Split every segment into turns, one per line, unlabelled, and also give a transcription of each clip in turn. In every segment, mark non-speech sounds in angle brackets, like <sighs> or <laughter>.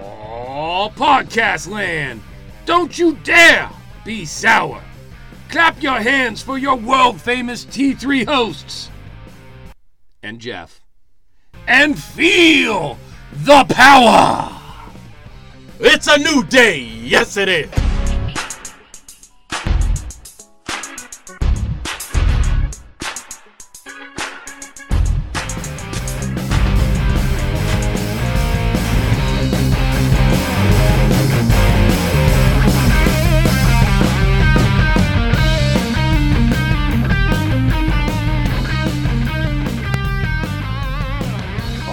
Oh, podcast land! Don't you dare be sour! Clap your hands for your world famous T3 hosts! And Jeff. And feel the power!
It's a new day. Yes, it is.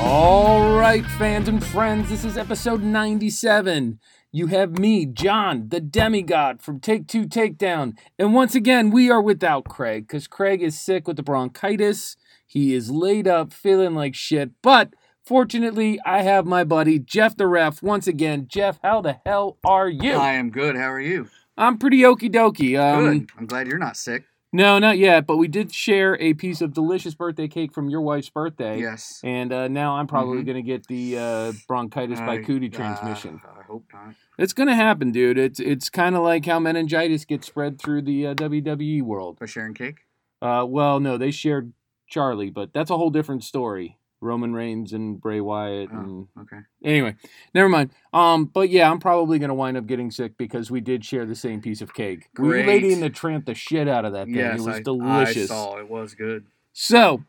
All right, fans and friends, this is episode 97. You have me, John, the demigod from Take Two Takedown. And once again, we are without Craig because Craig is sick with the bronchitis. He is laid up, feeling like shit. But fortunately, I have my buddy, Jeff the Ref, once again. Jeff, how the hell are you?
I am good. How are you?
I'm pretty okie dokie. Um,
Good. I'm glad you're not sick.
No, not yet, but we did share a piece of delicious birthday cake from your wife's birthday.
Yes.
And uh, now I'm probably
Mhm.
going to get the uh, bronchitis by
I-
cootie
uh,
transmission.
I hope not.
It's going to happen, dude. It's it's kind of like how meningitis gets spread through the uh, WWE world.
But sharing cake.
Uh, well, no, they shared Charlie, but that's a whole different story. Roman Reigns and Bray Wyatt
Oh.
and
Okay.
anyway, never mind. Um, but yeah, I'm probably gonna wind up getting sick because we did share the same piece of cake. We
Great.
lady and the tramp the shit out of that thing.
yes,
it was
I,
delicious.
I saw it was good.
So,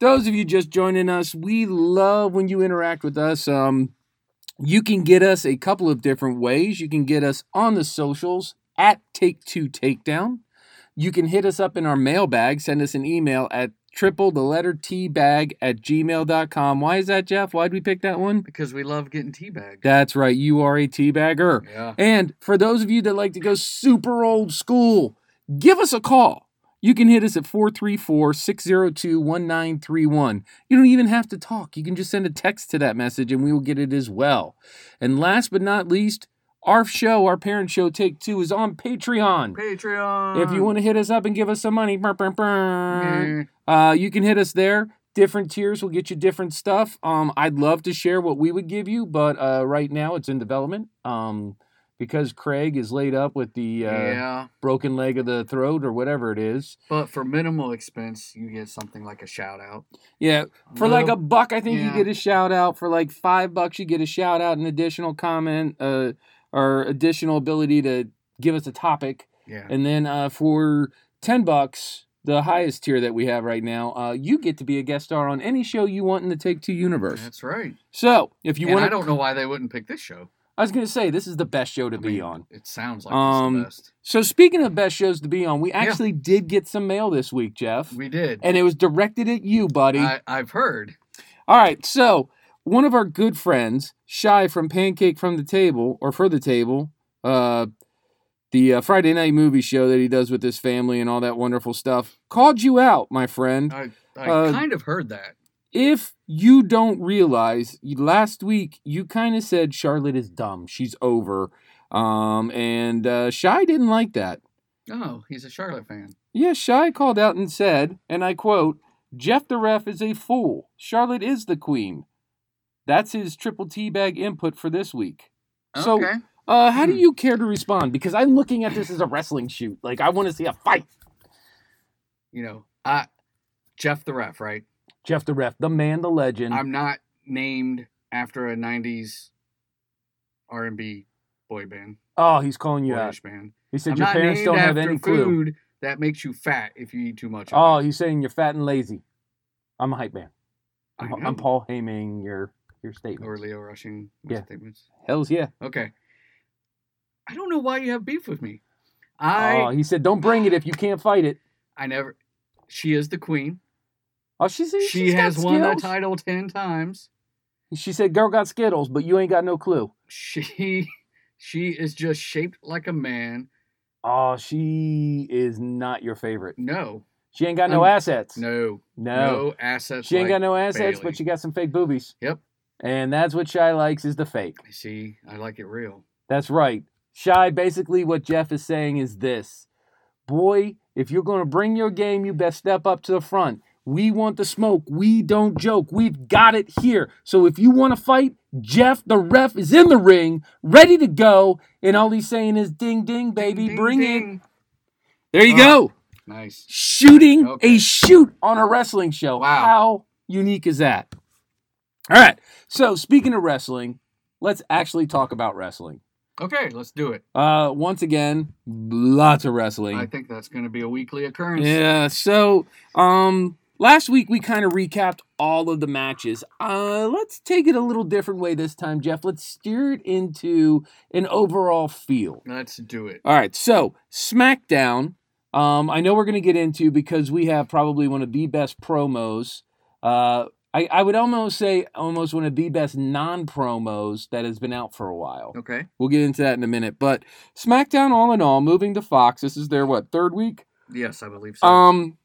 those of you just joining us, we love when you interact with us. Um, you can get us a couple of different ways. You can get us on the socials at Take Two Takedown. You can hit us up in our mailbag. Send us an email at triple the letter T bag at gmail.com. Why is that, Jeff? Why'd we pick that one?
Because we love getting teabagged.
That's right. You are a teabagger.
yeah.
And for those of you that like to go super old school, give us a call. You can hit us at 434 602 1931. You don't even have to talk. You can just send a text to that message and we will get it as well. And last but not least, our show, our parent show, Take Two, is on Patreon.
Patreon.
If you want to hit us up and give us some money, brr, brr, brr,
Eh,
uh, you can hit us there. Different tiers will get you different stuff. Um, I'd love to share what we would give you, but uh, right now it's in development. Um, because Craig is laid up with the uh,
yeah.
broken leg of the throat or whatever it is.
But for minimal expense, you get something like a shout out.
Yeah, for like a
Little-
buck, I think
yeah.
you get a shout out. For like five bucks, you get a shout out, an additional comment, uh, or additional ability to give us a topic.
yeah.
And then uh, for ten bucks, the highest tier that we have right now, uh, you get to be a guest star on any show you want in the Take Two universe.
That's right.
So if you
and
want,
I don't know why they wouldn't pick this show.
I was gonna say this is the best show to
I
be
mean,
on.
It sounds like it's
Um,
the best.
So speaking of best shows to be on, we
Yeah.
actually did get some mail this week, Jeff,
We did.
and it was directed at you, buddy.
I, I've heard.
All right, so one of our good friends, Shy from Pancake from the Table or for the Table, uh, the uh, Friday night movie show that he does with his family and all that wonderful stuff, called you out, my friend.
I, I
Uh,
kind of heard that.
if you don't realize you- last week you kind of said charlotte is dumb she's over um and uh shy didn't like that
Oh, he's a Charlotte fan.
yeah shy called out and said and i quote jeff the ref is a fool charlotte is the queen that's his triple t bag input for this week so
okay.
uh how do
Hmm.
you care to respond because i'm looking at this as a wrestling shoot like i want to see a fight
you know, I Jeff the Ref, right?
jeff the ref the man the legend
I'm not named after a '90s R&B boy band,
oh he's calling you out
boyish band.
he said
I'm
your
not
parents
named
don't have
after
any
food
clue
that makes you fat if you eat too much. of
Oh,
it.
he's saying you're fat and lazy. I'm a hype man.
I
I'm,
know.
I'm Paul Haming your your statement.
or Leo Rushing
Yeah.
statements.
Hell's yeah.
Okay, I don't know why you have beef with me. I
oh, he said, "Don't bring it if you can't fight it."
I never. She is the queen.
Oh, she said
She
she's got
has won the
skills.
title ten times.
She said, "Girl got skittles, but you ain't got no clue."
She <laughs> she is just shaped like a man.
Oh, she is not your favorite.
No,
She ain't got no
Um,
assets.
no,
no.
no,
Oh.
assets.
she ain't
like
got no assets,
Bailey.
but she got some fake boobies.
Yep.
And that's what Shy likes is the fake.
I See, I like it real.
That's right. Shy, basically, what Jeff is saying is this Boy, if you're going to bring your game, you best step up to the front. We want the smoke. We don't joke. We've got it here. So if you want to fight, Jeff the ref is in the ring, ready to go. And all he's saying is ding ding, baby,
Ding,
bring it.
ding.
There you
Oh.
go.
Nice.
Shooting
Okay.
a shoot on a wrestling show.
Wow.
How unique is that? All right. So speaking of wrestling, let's actually talk about wrestling.
Okay, let's do it.
Uh, once again, lots of wrestling.
I think that's going to be a weekly occurrence.
Yeah. So, um, last week we kind of recapped all of the matches. Uh, let's take it a little different way this time, Jeff. Let's steer it into an overall feel.
Let's do it.
All right. So, SmackDown. Um, I know we're going to get into because we have probably one of the best promos. Uh, I, I would almost say almost one of the best non promos that has been out for a while.
Okay.
We'll get into that in a minute. But SmackDown, all in all, moving to Fox. This is their what third week?
Yes, I believe so.
Um,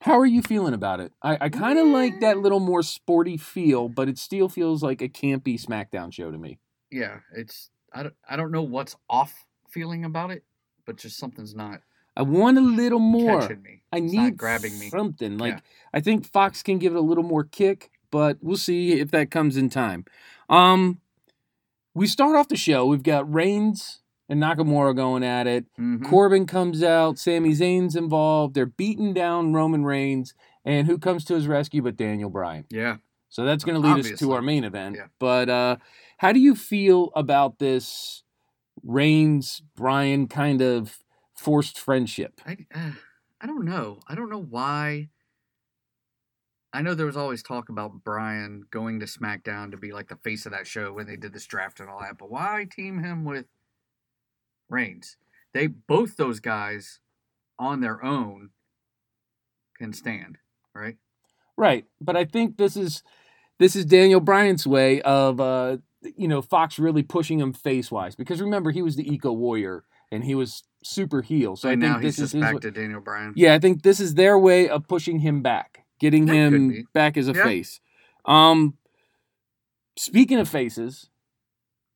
how are you feeling about it? I, I kind
Mm.
of like that little more sporty feel, but it still feels like a campy SmackDown show to me.
yeah, it's I don't, I don't know what's off feeling about it, but just something's not
I want a little more.
catching me.
I
It's
need
not grabbing me.
something. Like
Yeah.
I think Fox can give it a little more kick, but we'll see if that comes in time. Um, we start off the show. We've got Reigns and Nakamura going at it.
Mhm.
Corbin comes out. Sami Zayn's involved. They're beating down Roman Reigns, and who comes to his rescue but Daniel Bryan?
Yeah.
So that's going to lead us to
Obviously.
our main event.
Yeah.
But uh, how do you feel about this Reigns Brian kind of forced friendship?
I uh, I don't know. I don't know why. I know there was always talk about Brian going to SmackDown to be like the face of that show when they did this draft and all that, but why team him with Reigns? They both those guys on their own can stand, right?
Right. But I think this is this is Daniel Bryan's way of uh, you know Fox really pushing him face wise because remember he was the Eco Warrior and he was super heel. So
So and
I think
now he's
this is
just
his
back
wa-
to Daniel Bryan.
Yeah, I think this is their way of pushing him back, getting
That could be.
him back as a
Yeah.
face. Um, speaking of faces,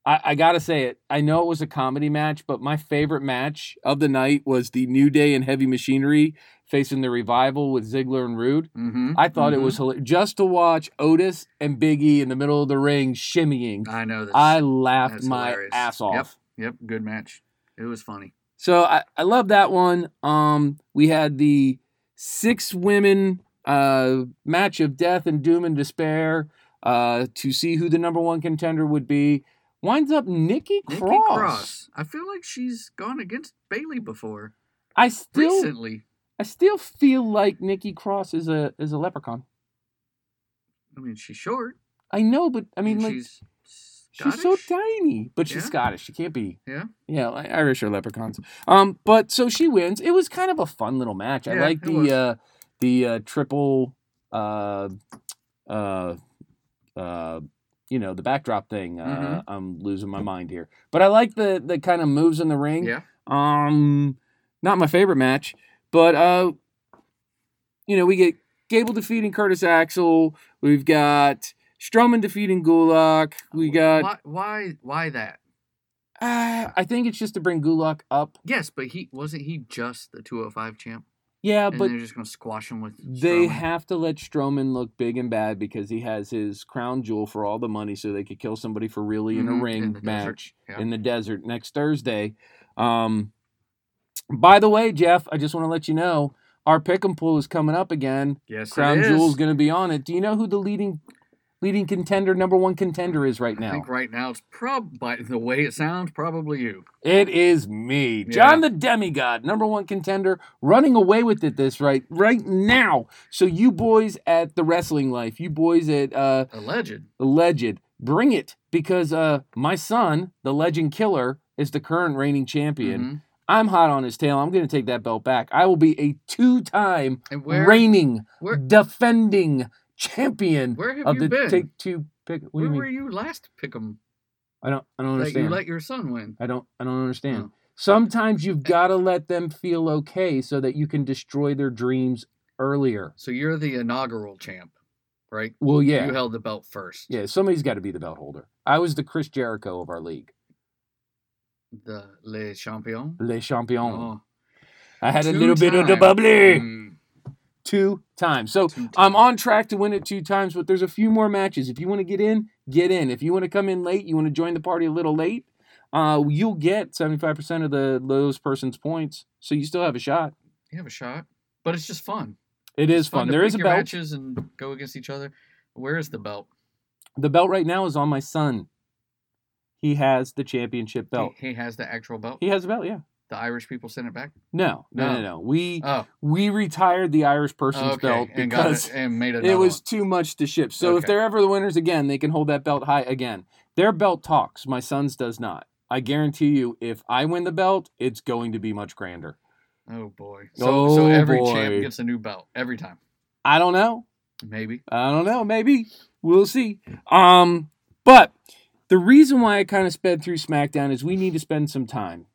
I, I gotta say it. I know it was a comedy match, but my favorite match of the night was the New Day and Heavy Machinery facing the Revival with Ziggler and Rude.
Mm-hmm.
I thought it was hilarious. Just to watch Otis and Biggie in the middle of the ring shimmying,
I know this.
I laughed
that's
my
hilarious.
ass off.
Yep. Yep. Good match. It was funny.
So I, I love that one. Um, we had the six women uh, match of death and doom and despair uh, to see who the number one contender would be. Winds up Nikki Cross.
Nikki Cross. I feel like she's gone against Bailey before.
I still,
Recently,
I still feel like Nikki Cross is a is a leprechaun.
I mean, she's short.
I know, but I
I
mean,
mean,
like
she's
she's so
Scottish?
tiny, but she's
Yeah.
Scottish. She can't be.
Yeah.
Yeah, like Irish or leprechauns. Um, but so she wins. It was kind of a fun little match. I
Yeah,
like
it was.
the uh, the uh, triple, uh, uh, uh, you know, the backdrop thing. Uh,
Mhm.
I'm losing my mind here, but I like the the kind of moves in the ring.
Yeah,
Um, not my favorite match, but uh, you know, we get Gable defeating Curtis Axel. We've got Strowman defeating Gulak.
Oh,
We got.
why, why, why that?
Uh, I think it's just to bring Gulak up.
Yes, but he wasn't he just the 205 champ,
Yeah,
and
but
they're just gonna squash him with.
they
Mm-hmm. Strowman?
have to let Strowman look big and bad because he has his crown jewel for all the money, so they could kill somebody for really in
Mhm,
a ring
in the desert,
match
yeah.
in the desert next Thursday. Um, by the way, Jeff, I just want to let you know our pick and pool is coming up again.
yes,
Crown
it is.
Jewel's going to be on it. Do you know who the leading leading contender, number one contender, is right
I
now?
think right now it's prob by the way it sounds probably you.
It is me,
Yeah.
John the Demigod, number one contender, running away with it this right right now. So you boys at the Wrestling Life, you boys at uh,
Alleged.
the Legend, bring it because uh, my son, the Legend Killer, is the current reigning champion.
Mhm.
I'm hot on his tail. I'm going to take that belt back. I will be a two-time
And where
reigning,
where
defending champion
where have
of
you
the
been?
Take Two pick. What do
where
you
were
mean?
you last pick 'em?
I don't. I don't
That you
understand.
let your son win.
I don't I don't understand.
Oh.
Sometimes you've got to let them feel okay so that you can destroy their dreams earlier.
So you're the inaugural champ, right?
Well, yeah.
You held the belt first.
yeah, somebody's got to be the belt holder. I was the Chris Jericho of our league.
The Le Champion.
Le champion.
Oh.
I had a
Two Mm-hmm.
little bit of the
time.
bubbly.
Mm.
Two times. So
Two
I'm
times.
on track to win it two times, but there's a few more matches. If you want to get in, get in. If you want to come in late, you want to join the party a little late, uh, you'll get 75% of the lowest person's points. So you still have a shot.
You have a shot, but it's just fun.
It is
It's
fun.
to
There
pick
is a
your
belt.
matches and go against each other. Where is the belt?
The belt right now is on my son. He has the championship
He-
belt.
He, has the actual belt.
He has a belt, yeah.
the Irish people sent it back.
No, no, no,
No.
no. We
Oh,
we retired the Irish person's
okay,
belt
and got
because
it and made
it
another
was
one.
too much to ship. So if
Okay.
they're ever the winners again, they can hold that belt high again. Their belt talks. My son's does not. I guarantee you, if I win the belt, it's going to be much grander.
Oh boy. So, so
Oh,
every
boy.
champ gets a new belt every time.
I don't know.
Maybe.
I don't know. Maybe we'll see. Um, but the reason why I kind of sped through SmackDown is we need to spend some time.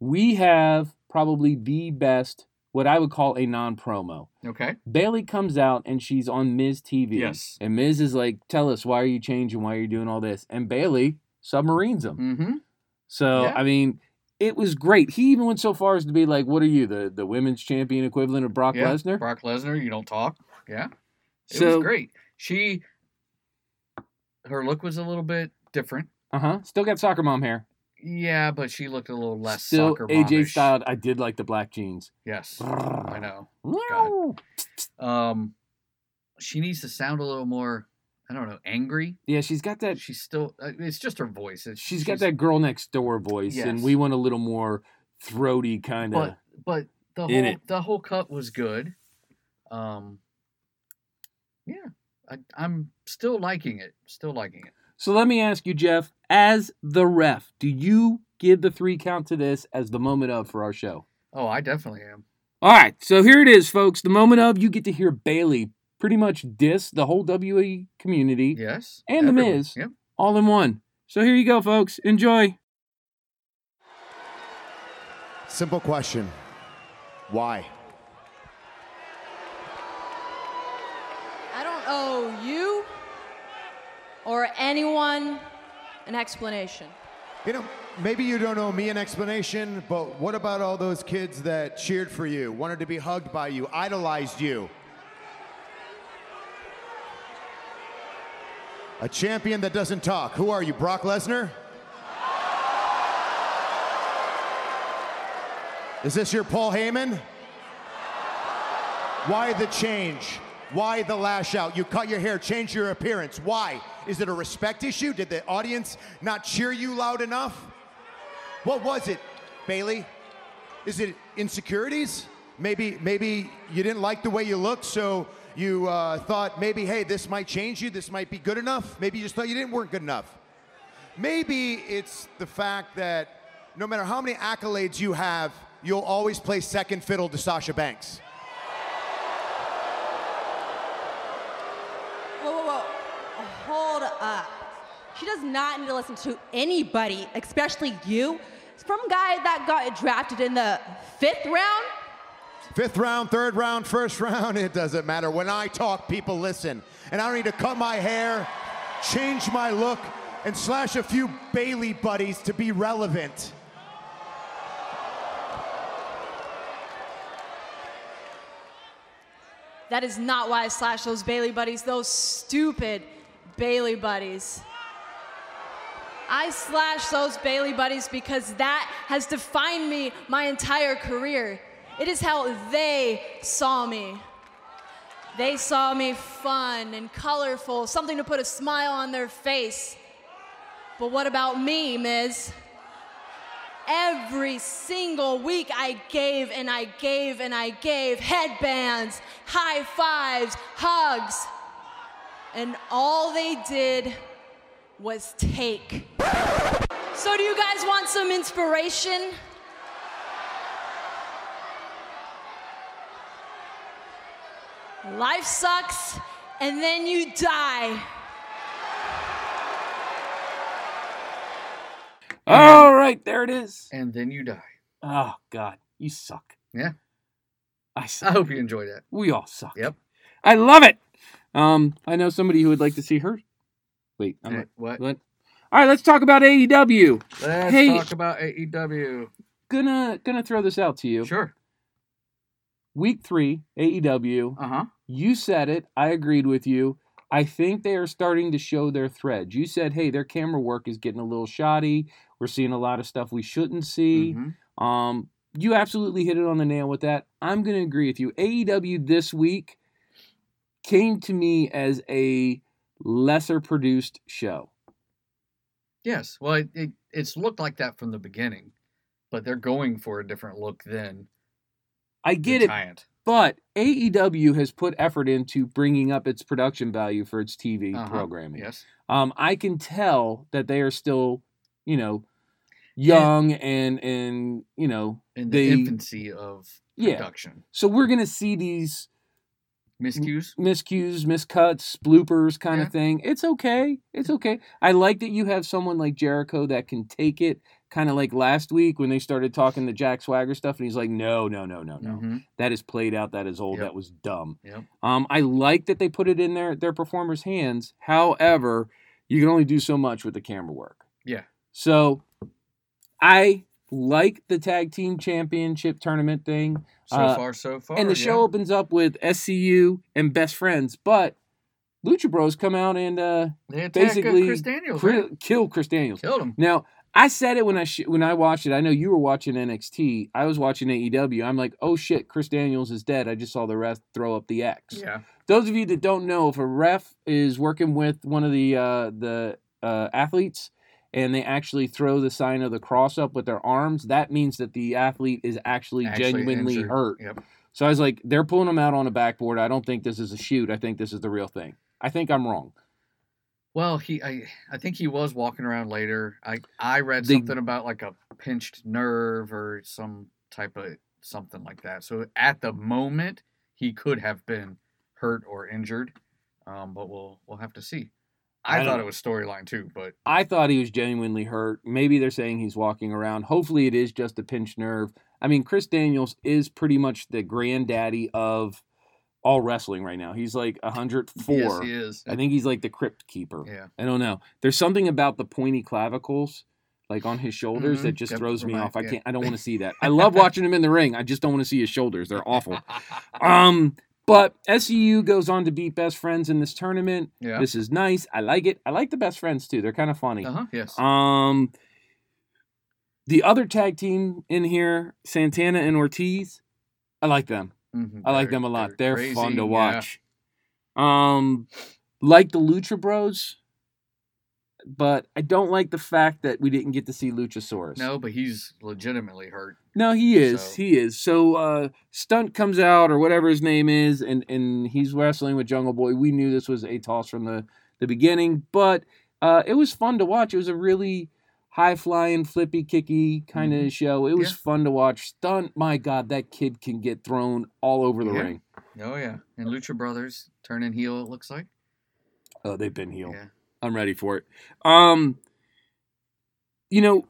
We have probably the best, what I would call a non promo.
Okay.
Bailey comes out and she's on Miz TV.
Yes.
And Miz is like, "Tell us why are you changing? Why are you doing all this?" And Bailey submarines him.
Mm-hmm.
So
Yeah.
I mean, it was great. He even went so far as to be like, "What are you, the the women's champion equivalent of Brock
yeah.
Lesnar?"
Brock Lesnar. You don't talk. Yeah. It
So-
was great. She. Her look was a little bit different.
Uh huh. Still got soccer mom hair.
Yeah, but she looked a little less
Still
soccer
AJ
mom-ish.
styled. I did like the black jeans.
Yes. I
I
know. God. Um, she needs to sound a little more. I don't know, angry.
Yeah, she's got that.
She's still. uh, It's just her voice. It's,
she's got that girl next door voice, and
Yes.
we want a little more throaty kind of.
But but the
in
whole
it.
the whole cut was good. Um. Yeah, I, I'm still liking it. Still liking it.
So let me ask you, Jeff, as the ref, do you give the three count to this as the moment of for our show?
Oh, I definitely am.
All right, so here it is, folks. The moment of you get to hear Bailey pretty much diss the whole WE community
Yes.
And The
everyone.
Miz.
Yep.
all in one. So here you go, folks. Enjoy.
Simple question. Why?
I don't owe you or anyone an explanation.
You know, maybe you don't owe me an explanation, but what about all those kids that cheered for you, wanted to be hugged by you, idolized you? A champion that doesn't talk. Who are you, Brock Lesnar? Is this your Paul Heyman? Why the change? Why the lash out? You cut your hair, change your appearance. Why? Is it a respect issue? Did the audience not cheer you loud enough? What was it, Bailey? Is it insecurities? Maybe, maybe you didn't like the way you looked, so you uh, thought maybe, hey, this might change you. This might be good enough. Maybe you just thought you didn't weren't good enough. Maybe it's the fact that no matter how many accolades you have, you'll always play second fiddle to Sasha Banks.
Whoa, whoa, whoa. Hold up. She does not need to listen to anybody, especially you. From guy that got drafted in the fifth round,
Fifth round, third round, first round, <laughs> it doesn't matter. When I talk, people listen. And I don't need to cut my hair, change my look, and slash a few Bailey buddies to be relevant.
that is not why I slashed those Bailey buddies, those stupid Bailey buddies. I slashed those Bailey buddies because that has defined me my entire career. It is how they saw me. They saw me fun and colorful, something to put a smile on their face. But what about me, Miz? Every single week, I gave and I gave and I gave headbands, high fives, hugs. And all they did was take. So, do you guys want some inspiration? Life sucks, and then you die.
All right, there it is.
And then you die. <laughs>
Oh God, you suck.
Yeah.
I suck.
I hope you enjoy that.
We all suck.
Yep.
I love it. Um, I know somebody who would like to see her. Wait, I'm
Eh,
not-
what?
what? All right, let's talk about E AEW.
Let's
Hey.
talk about E AEW.
Gonna gonna throw this out to you.
Sure.
Week three, AEW.
Uh huh.
You said it. I agreed with you. I think they are starting to show their threads. You said, hey, their camera work is getting a little shoddy. We're seeing a lot of stuff we shouldn't see.
Mhm.
Um, you absolutely hit it on the nail with that. I'm going to agree with you. AEW this week came to me as a lesser produced show.
Yes. Well, it, it, it's looked like that from the beginning, but they're going for a different look than
I
the
get it,
Giant.
but AEW has put effort into bringing up its production value for its TV
Uh-huh.
programming.
Yes.
um, I can tell that they are still, you know, young and and you know,
In the
They-
infancy of
Yeah.
production.
so we're gonna see these Mm,
Miscues.
miscues, miscuts, bloopers kind
Yeah. Mm.
of thing. It's okay. It's okay. I like that you have someone like Jericho that can take it. Kind of like last week when they started talking the Jack Swagger stuff, and he's like, "No, no, no, no, no.
Mhm.
That is played out. That is old.
Yep.
That was dumb."
Yep.
Um, I like that they put it in their their performers' hands. However, you can only do so much with the camera work.
Yeah.
So, I like the tag team championship tournament thing,
So
Uh,
far, so far.
and the
yeah.
show opens up with SCU and Best Friends, but Lucha Bros come out and uh,
they attack, uh,
basically
Chris Daniels.
cri-
right?
kill Chris Daniels.
Killed him.
Now, I said it when I sh- when I watched it. I know you were watching NXT. I was watching AEW. I'm like, oh shit, Chris Daniels is dead. I just saw the ref throw up the X
Yeah.
those of you that don't know, if a ref is working with one of the uh, the uh, athletes and they actually throw the sign of the cross up with their arms, that means that the athlete is actually,
Actually
genuinely
injured.
hurt.
Yep.
So I was like, they're pulling him out on a backboard. I don't think this is a shoot. I think this is the real thing. I think I'm wrong.
Well, he, I, I think he was walking around later. I, I read
They-
something about like a pinched nerve or some type of something like that. So at the moment, he could have been hurt or injured, um, but we'll, we'll have to see. I,
I
thought
don't-
it was storyline too, but
I thought he was genuinely hurt. Maybe they're saying he's walking around. Hopefully, it is just a pinched nerve. I mean, Chris Daniels is pretty much the granddaddy of all wrestling right now. He's like 104.
yes, he is.
I think he's like the crypt keeper. <laughs>
yeah,
I don't know. There's something about the pointy clavicles, like on his shoulders, that
Mhm.
just
Yep,
throws me
remind-
off. I
yeah.
can't. I don't want to see that. I love watching him in the ring. I just don't want to see his shoulders. They're awful. Um, but SEU goes on to beat best friends in this tournament.
yeah.
This is nice. I like it. I like the best friends too. They're kind of funny.
uh-huh, yes.
Um, the other tag team in here, Santana and Ortiz. I like them.
Mhm,
I like
they're-
them a lot. They're, fun
crazy,
to
yeah.
watch. Um, like the Lucha Bros, but I don't like the fact that we didn't get to see Luchasaurus.
No, but he's legitimately hurt.
no, he is,
So-
he is. So uh, Stunt comes out or whatever his name is, and and he's wrestling with Jungle Boy. We knew this was a toss from the the beginning, but uh, it was fun to watch. It was a really high flying, flippy, kicky kind of
Mhm.
show. It was
Yeah.
fun to watch. Stunt, my God, that kid can get thrown all over the
Yeah.
ring.
Oh yeah, and Lucha Brothers turning heel. It looks like.
Oh, they've been healed.
Yeah.
I'm ready for it. Um, you know,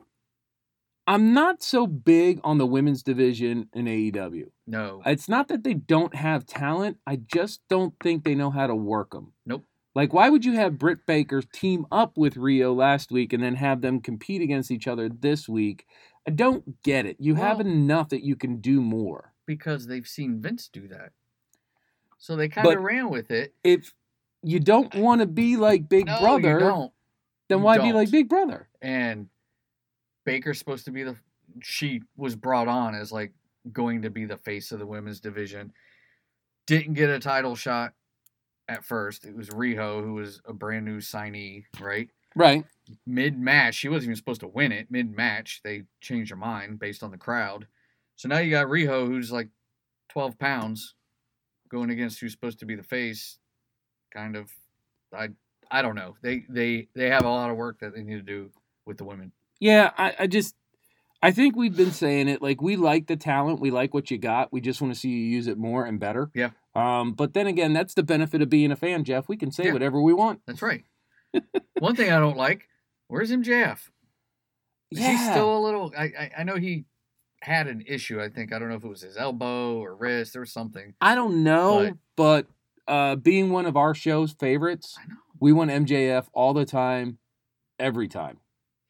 I'm not so big on the women's division in E AEW.
No.
It's not that they don't have talent. I just don't think they know how to work them.
Nope.
Like, why would you have Britt Baker team up with Rio last week and then have them compete against each other this week? I don't get it. You have
Well-
enough that you can do more.
because they've seen Vince do that. So they kind of
But-
ran with it.
If you don't want to be like Big
No, you
Brother,
don't.
then
You
why be
don't.
like Big Brother?
And Baker's supposed to be the she was brought on as like going to be the face of the women's division. Didn't get a title shot at first. It was Riho who was a brand new signee, right?
Right.
Mid match, she wasn't even supposed to win it. Mid match, they changed her mind based on the crowd. So now you got Riho who's like 12 pounds going against who's supposed to be the face kind of i i don't know they they they have a lot of work that they need to do with the women
Yeah, I, I just I think we've been saying it like we like the talent, we like what you got, we just want to see you use it more and better.
Yeah.
Um, but then again, that's the benefit of being a fan, Jeff. We can say
Yeah.
whatever we want.
that's right one thing i don't like where's mjf is he still a little I, I i know he had an issue i think i don't know if it was his elbow or wrist or something
I don't know, but, uh, being one of our show's favorites,
i know
we want MJF all the time, every time.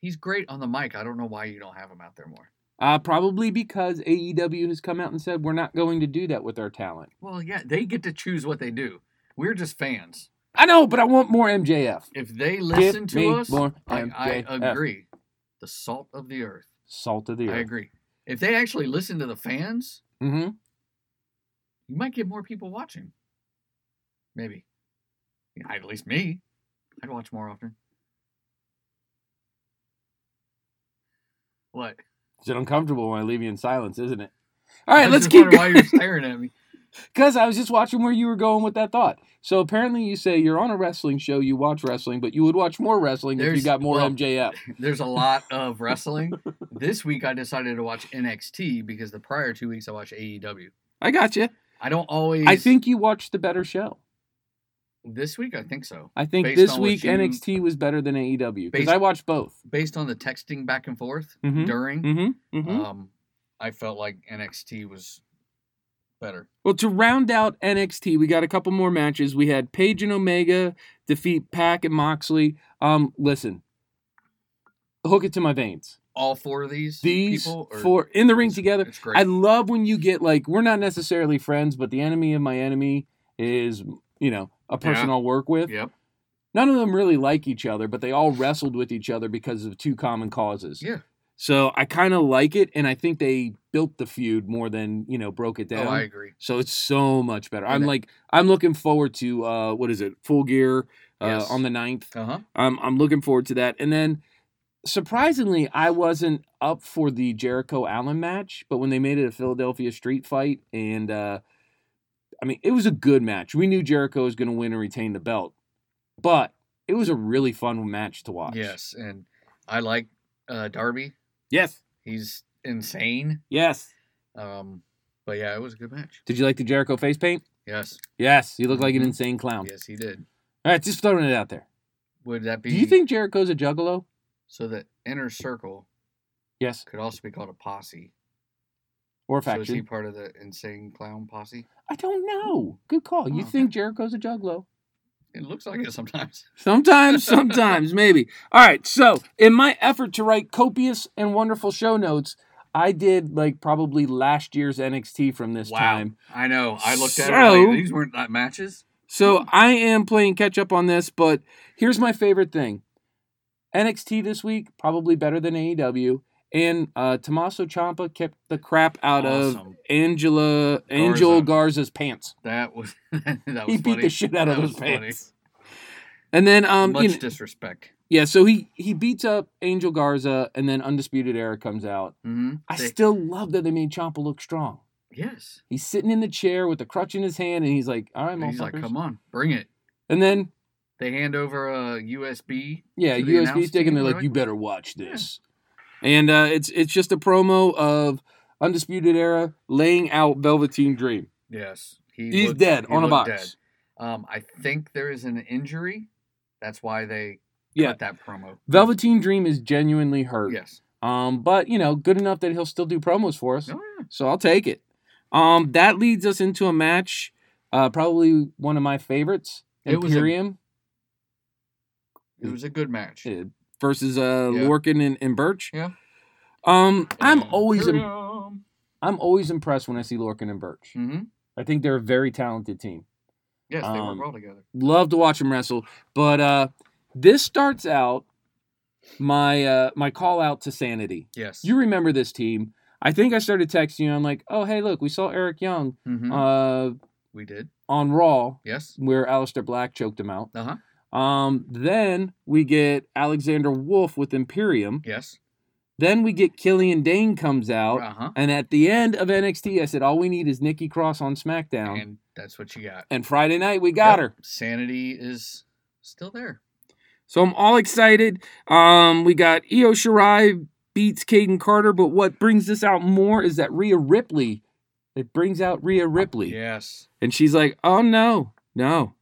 he's great on the mic i don't know why you don't have him out there more
Uh, probably because AEW has come out and said we're not going to do that with our talent.
Well, yeah, they get to choose what they do. We're just fans.
I know, but I want more MJF.
If they listen
me
to us,
more
I, I
MJF.
agree. The salt of the earth.
Salt of the
I
earth.
agree. If they actually listen to the fans,
Mm-hmm.
you might get more people watching. Maybe. Yeah, At least me. I'd watch more often. What?
It's uncomfortable when I leave you in silence, isn't it? All right,
I
let's
just
keep
wondered Why
<laughs>
you're staring at me?
Because I was just watching where you were going with that thought. So apparently, you say you're on a wrestling show, you watch wrestling, but you would watch more wrestling if you
There's-
got more
well-
MJF.
There's a lot of wrestling. this week I decided to watch NXT because the prior two weeks I watched E AEW.
I got you.
<laughs> I don't always.
I think you watched the better show.
this week I think so.
I think
Based
this
on what
week
you-
NXT was better than AEW because
Based-
I watched both.
Based on the texting back and forth
Mhm.
during,
Mm-hmm. Mm-hmm.
um, I felt like NXT was better.
Well, to round out NXT, we got a couple more matches. We had Paige and Omega defeat Pac and Moxley. Um, listen, hook it to my veins.
All four of these
These
people are-
four in the ring
it's-
together.
It's great.
I love when you get like we're not necessarily friends, but the enemy of my enemy is you know a person
Yeah.
I'll work with.
yep. Oh,
None of them really like each other, but they all wrestled with each other because of two common causes.
Yeah.
So I kind of like it, and I think they built the feud more than you know broke it down.
Oh, I agree.
So it's so much better. I'm
And-
like I'm looking forward to uh what is it? Full Gear uh,
Yes.
on the 9th.
Uh huh.
I'm I'm looking forward to that. And then surprisingly, I wasn't up for the Jericho Allen match, but when they made it a Philadelphia street fight and uh I mean, it was a good match. We knew Jericho was going to win and retain the belt. But it was a really fun match to watch.
Yes, and I like uh, Darby.
Yes.
He's insane.
Yes.
Um, but yeah, it was a good match.
Did you like the Jericho face paint?
Yes,
Yes, you look like an
Mhm.
insane clown.
yes, he did.
All right, just throwing it out there.
Would that be?
Do you think Jericho's a juggalo?
so? The inner circle
Yes.
could also be called a posse.
Or
So is he
faction.
part of the insane clown posse?
I don't know. Good call. You
Oh,
think Jericho's a juggalo?
It looks like it sometimes.
Sometimes, sometimes, maybe. All right. So, in my effort to write copious and wonderful show notes, I did like probably last year's NXT from this time.
I know. I looked at it. I was
So-
like, These weren't that matches.
So, I am playing catch up on this, but here's my favorite thing NXT this week, probably better than AEW. And uh, Tommaso Ciampa kept the crap out of
Awesome.
Angela Angel
Garza.
Garza's pants.
That was <laughs> that was
he beat
funny.
the shit out
that
of his
was funny.
pants. And then um
Much
you know-
disrespect.
yeah, so he he beats up Angel Garza and then Undisputed Era comes out.
Mm-hmm.
I still love that they made Ciampa look strong.
yes.
He's sitting in the chair with the crutch in his hand and he's like, "All right,
And He's like,
motherfuckers."
come on, bring it.
And then
They hand over a USB.
yeah,
to the
USB
announce
stick and
team,
they're like,
right?
"You better watch this." And uh it's it's just a promo of Undisputed Era laying out Velveteen Dream.
Yes, he
He's
looked-
dead
he
on a box.
looked dead. Um, I think there is an injury. That's why they
Yeah.
cut that promo.
Velveteen Dream is genuinely hurt.
Yes.
Um but, you know, good enough that he'll still do promos for us.
Oh, yeah.
So I'll take it. Um, that leads us into a match, uh, probably one of my favorites.
It was a-
Imperium
It was a good match.
uh, versus uh,
Yeah.
Lorkin and, and Birch.
Yeah.
Um, I'm always im-
Mm-hmm.
I'm always impressed when I see Lorkin and
Mm.
Birch. I think they're a very talented team.
Yes, they
Um,
work well together.
Love to watch them wrestle, but uh, this starts out my uh, my call out to sanity.
Yes.
You remember this team? I think I started texting you. I'm like, oh hey, look, we saw Eric Young
hmm
uh,
we did.
on Raw
Yes.
where Aleister Black choked him out.
Uh huh.
Um, then we get Alexander Wolf with Imperium.
Yes.
Then we get Killian Dane comes
Uh
out.
huh.
And at the end of NXT, I said, all we need is Nikki Cross on SmackDown. And,
And that's what you got.
Friday night, we got
Yep.
her.
Sanity is still there.
So I'm all excited. Um, we got Io Shirai beats Caden Carter. But what brings this out more is that Rhea Ripley, it brings out Rhea Ripley.
Yes.
And she's like, oh, no, no.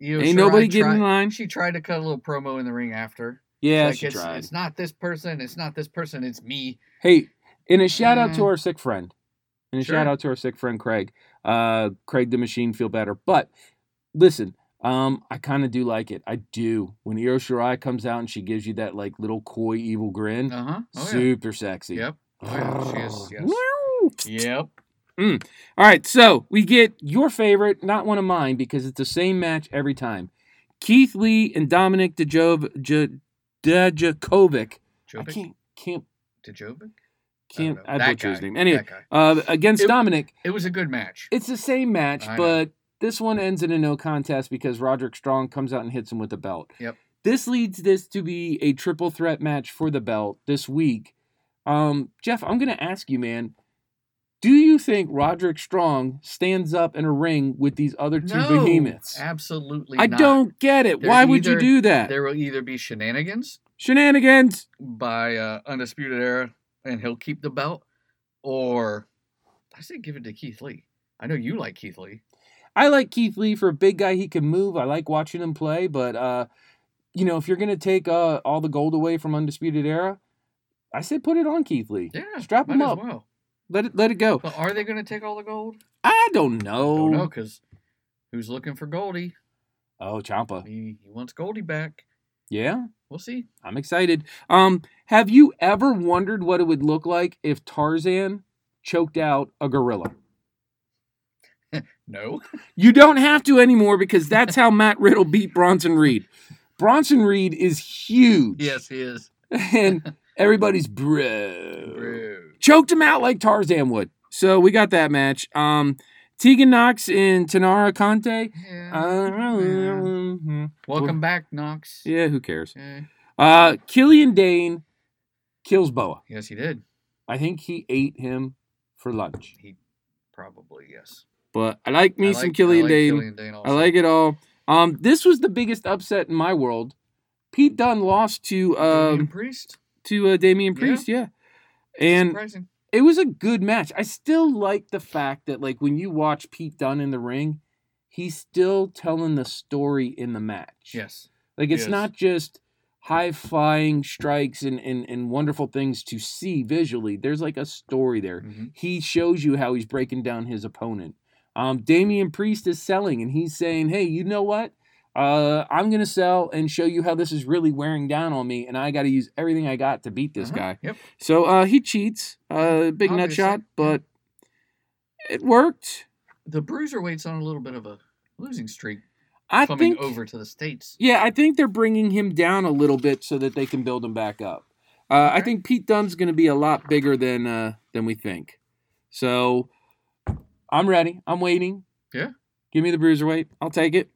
Io
Ain't nobody getting
tried-
in line.
She tried to cut a little promo in the ring after.
Yeah,
like
she
it's,
tried.
it's not this person. It's not this person. It's me.
Hey, and a shout out to
Mm.
our sick friend. And a
Sure.
shout out to our sick friend Craig. Uh Craig the Machine feel better. But listen, um, I kind of do like it. I do. When Io Shirai comes out and she gives you that like little coy evil grin,
Uh huh. Oh yeah.
super sexy.
Yep. Oh, yeah, she
<sighs>
is. Yes. Yep.
All right, so we get your favorite, not one of mine, because it's the same match every time. Keith Lee and Dominic Dejov- J- Dijakovic. I
Jovic?
can't can't
Dijovic?
can't
know.
I
That
butcher his
guy.
name. Anyway,
That guy.
uh, against
It-
Dominic,
It was a good match.
it's the same match,
I know.
but this one ends in a no contest because Roderick Strong comes out and hits him with the belt.
Yep.
This leads this to be a triple threat match for the belt this week. Um, Jeff, I'm going to ask you, man. Do you think Roderick Strong stands up in a ring with these other two behemoths?
absolutely
I
not.
don't get it.
They're
Why would you
either-
do that?
There will either be shenanigans
Shenanigans.
by uh, Undisputed Era, and he'll keep the belt, or I say give it to Keith Lee. I know you like Keith Lee.
I like Keith Lee for a big guy. He can move. I like watching him play. But uh, you know, if you're gonna take uh, all the gold away from Undisputed Era, I say put it on Keith Lee.
Yeah,
Strap
might
him
as
up.
Well.
Let it let it go.
But are they going to take all the gold?
I don't know.
Don't know because who's looking for Goldie?
Oh, Champa.
He, he wants Goldie back.
Yeah,
We'll see.
I'm excited. Um, have you ever wondered what it would look like if Tarzan choked out a gorilla?
No,
You don't have to anymore because that's how Matt Riddle beat Bronson Reed. Bronson Reed is huge.
<laughs> yes, he is.
<laughs> and
<laughs>
everybody's bro.
Bro.
Choked him out like Tarzan would. So we got that match. Um, Tegan Knox and Tanara Conte.
Yeah. Welcome back, Knox.
yeah, who cares?
Yeah.
Uh, Killian Dane kills Boa.
Yes, he did.
I think he ate him for lunch.
Probably yes.
But I like me
I
some
like- I
Killian
like
Dane.
Killian Dane
I
also.
like it all. Um, this was the biggest upset in my world. Pete Dunn lost to
Damian
um,
Priest.
to uh, Damian
Yeah.
Priest. Yeah, and
Surprising.
it was a good match. I still like the fact that like when you watch Pete Dunn in the ring, he's still telling the story in the match.
Yes.
Like it's
Yes.
not just high flying strikes and, and and wonderful things to see visually. There's like a story there.
Mhm.
He shows you how he's breaking down his opponent. Um, Damian Priest is selling, and he's saying, "Hey, you know what? Uh, I'm gonna sell and show you how this is really wearing down on me, and I got to use everything I got to beat this
Uh-huh.
guy."
Yep.
So uh, he cheats, uh, big nut
Obviously,
shot,
yeah.
but it worked.
The Bruiserweight's on a little bit of a losing streak
I
coming
think
over to the states.
Yeah, I think they're bringing him down a little bit so that they can build him back up. Uh, I
Okay.
think Pete Dunne's going to be a lot bigger than uh, than we think. So I'm ready. I'm waiting.
Yeah.
Give me the bruiserweight. I'll take it.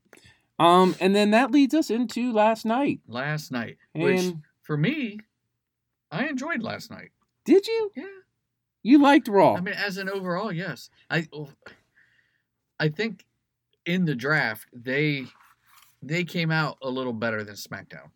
Um, and then that leads us into last night.
Last night, which
And
for me, I enjoyed last night.
did you?
Yeah.
You liked Raw?
I mean, as an overall, yes. I oh, I think in the draft they they came out a little better than SmackDown.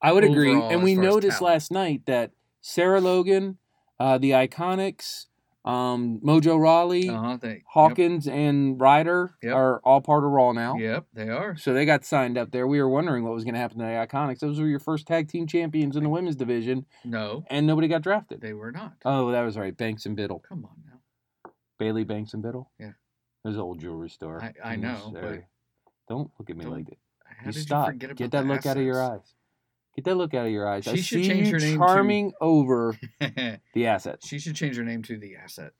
I would agree.
overall,
And
as
we
far as
noticed
talent.
last night that Sarah Logan, uh, the Iconics, um, Mojo Rawley,
Uh-huh, they,
Hawkins, and Ryder
Yep.
are all part of Raw now.
Yep, yep, they are.
So they got signed up there. We were wondering what was going to happen to the Iconics. Those were your first tag team champions in the women's division,
No,
and nobody got drafted.
they were not.
Oh, that was right. Banks and Biddle.
Come on now.
Bailey Banks and Biddle?
Yeah.
It was an old jewelry store.
I- I
in this
know, but-
area. Don't look at me
Don't-
like that.
How
You
did
stop.
you forget about
Get that
the
look out of your
assets?
eyes. Get that look out of your eyes. I
She should
see
change
you
her name to-
charming
<laughs>
over the assets.
she should change her name to the asset.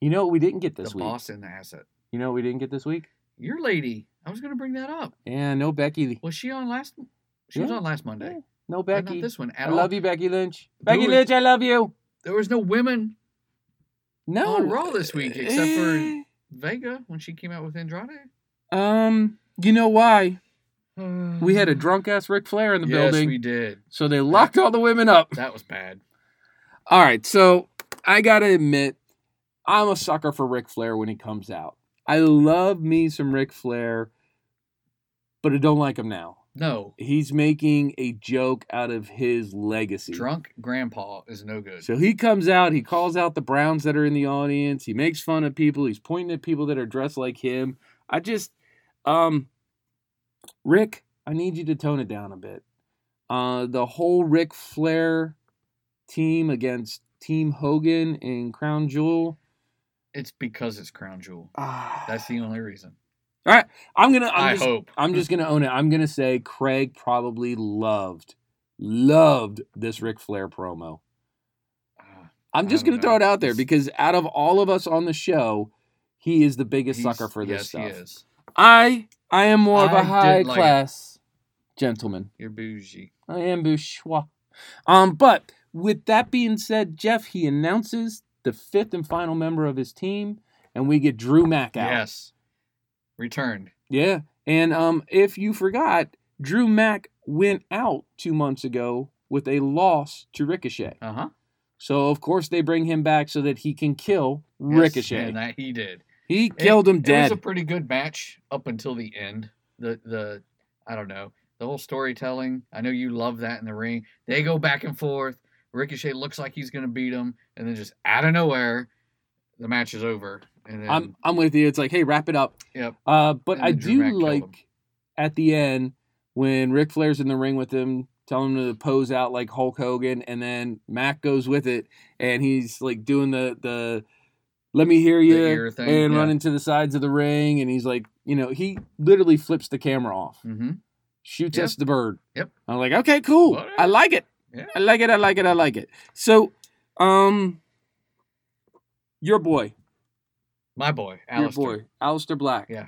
You know what we didn't get this
the
week?
boss in the asset.
You know what we didn't get this week?
Your lady. I was gonna bring that up.
Yeah, no Becky.
Was she on last? She was
Yeah.
on last Monday.
No
But
Becky.
Not this one
I
at all.
love you, Becky Lynch. Becky
was-
Lynch, I love you.
There was no women
No.
on Raw this week except
Eh.
for Vega when she came out with Andrade.
Um, you know why? <sighs> We had a
Mm.
drunk ass Ric Flair in the
yes,
building,
we did.
so they locked all the women up.
That was bad.
All right, so I gotta admit, I'm a sucker for Ric Flair when he comes out. I love me some Ric Flair, but I don't like him now.
No,
<laughs> He's making a joke out of his legacy.
drunk grandpa is no good.
So he comes out, he calls out the Browns that are in the audience, he makes fun of people, he's pointing at people that are dressed like him. I just um Rick, I need you to tone it down a bit. Uh the whole Ric Flair team against Team Hogan and Crown Jewel.
It's because it's
<sighs>
Crown Jewel.
Ah,
That's the only reason.
I'm gonna I'm
i
just,
hope.
I'm just
<sighs>
gonna own it. I'm gonna say Craig probably loved loved this Ric Flair promo.
Ah,
I'm just
don't
going to throw it
know.
out there because out of all of us on the show, he is the biggest
He's-
sucker for this
yes,
stuff.
He is.
I I am more of
I
a
didn't
high
like it.
class gentleman.
You're bougie.
I am bourgeois. Um, but with that being said, Jeff he announces the fifth and final member of his team, and we get Drew Mack out.
Yes. Returned.
Yeah. And um, if you forgot, Drew Mack went out two months ago with a loss to Ricochet.
Uh huh.
So of course they bring him back so that he can kill Ricochet.
And that he did.
he killed him
It was
dead.
a pretty good match up until the end. The the I don't know the whole storytelling. I know you love that in the ring. They go back and forth. Ricochet looks like he's gonna beat him, and then just out of nowhere, the match is over. And then
I'm I'm with you. It's like, hey, wrap it up.
yep,
Uh, but
And
I
then Drew Mac
do
killed him.
like at the end when Ric Flair's in the ring with him, telling him to pose out like Hulk Hogan, and then Mac goes with it, and he's like doing the the let me hear you
ear thing,
and
yeah.
running to the sides of the ring, and he's like, you know, he literally flips the camera off,
mm-hmm.
shoots
Yep.
us the bird.
Yep.
I'm like, okay, cool,
Alright.
I like it,
Yeah.
I like it, I like it, I like it. So, um, your boy,
my boy,
your
Alistair.
boy, Alistair Black.
Yeah.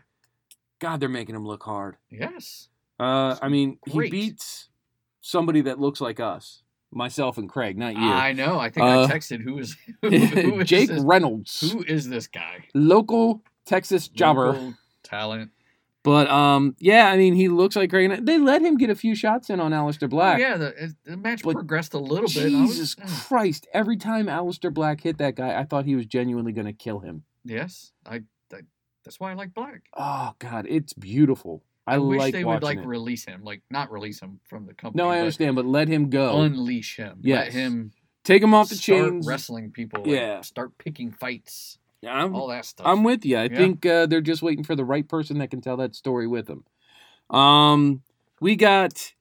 God, they're making him look hard.
Yes,
Uh, I mean,
Great.
he beats somebody that looks like us, myself and Craig, not you. <laughs>
I <laughs> know. I think
Uh,
I texted who is <laughs>
<laughs>
who, who is
Jake
this,
Reynolds,
who is this guy?
local Texas jobber.
Local talent.
But um, yeah, I mean, he looks like Craig. They let him get a few shots in on Aleister Black.
Oh, Yeah, the, the match
But
progressed a little bit. I was- mm,
Jesus Christ! Every time Aleister Black hit that guy, I thought he was genuinely going to kill him.
Yes, I, I. That's why I like Black.
Oh God, it's beautiful. I,
I wish
like
they would
watching
like
it.
release him, like not release him from the company.
no, I
but
understand, but let him go.
Unleash him.
Yes.
Let him
Take him off the
start
chains.
wrestling people.
Yeah.
And start picking fights.
I'm-
All that stuff.
I'm with you. I
Yeah.
think uh, they're just waiting for the right person that can tell that story with them. Um, we got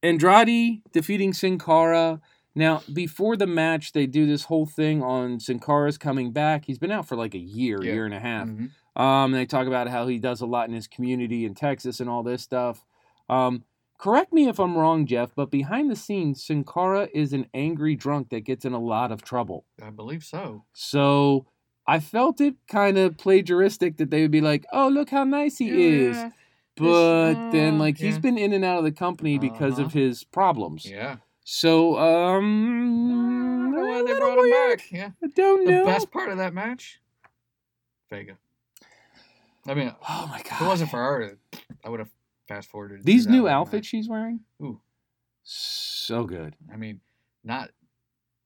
Andrade defeating Sin Cara. Now, before the match, they do this whole thing on Sin Cara's coming back. He's been out for like a year,
Yeah.
year and a half.
Mhm.
Um, and they talk about how he does a lot in his community in Texas and all this stuff. Um, correct me if I'm wrong, Jeff, but behind the scenes, Sin Cara is an angry drunk that gets in a lot of trouble.
I believe so.
So I felt it kind of plagiaristic that they would be like, "Oh, look how nice he is,"
Yeah.
but then
uh,
like he's
Mm, yeah.
been in and out of the company because of
Uh-huh.
his problems.
Yeah. Mm,
So
I
um,
don't know why
a
they
little
brought him
weird.
back. Yeah.
I don't
The
know.
best part of that match, Vega. I mean, if
oh my god!
it wasn't for her, I would have fast forwarded. through
these
that
new
whole
outfits
match.
she's wearing.
Ooh.
so good.
I mean, not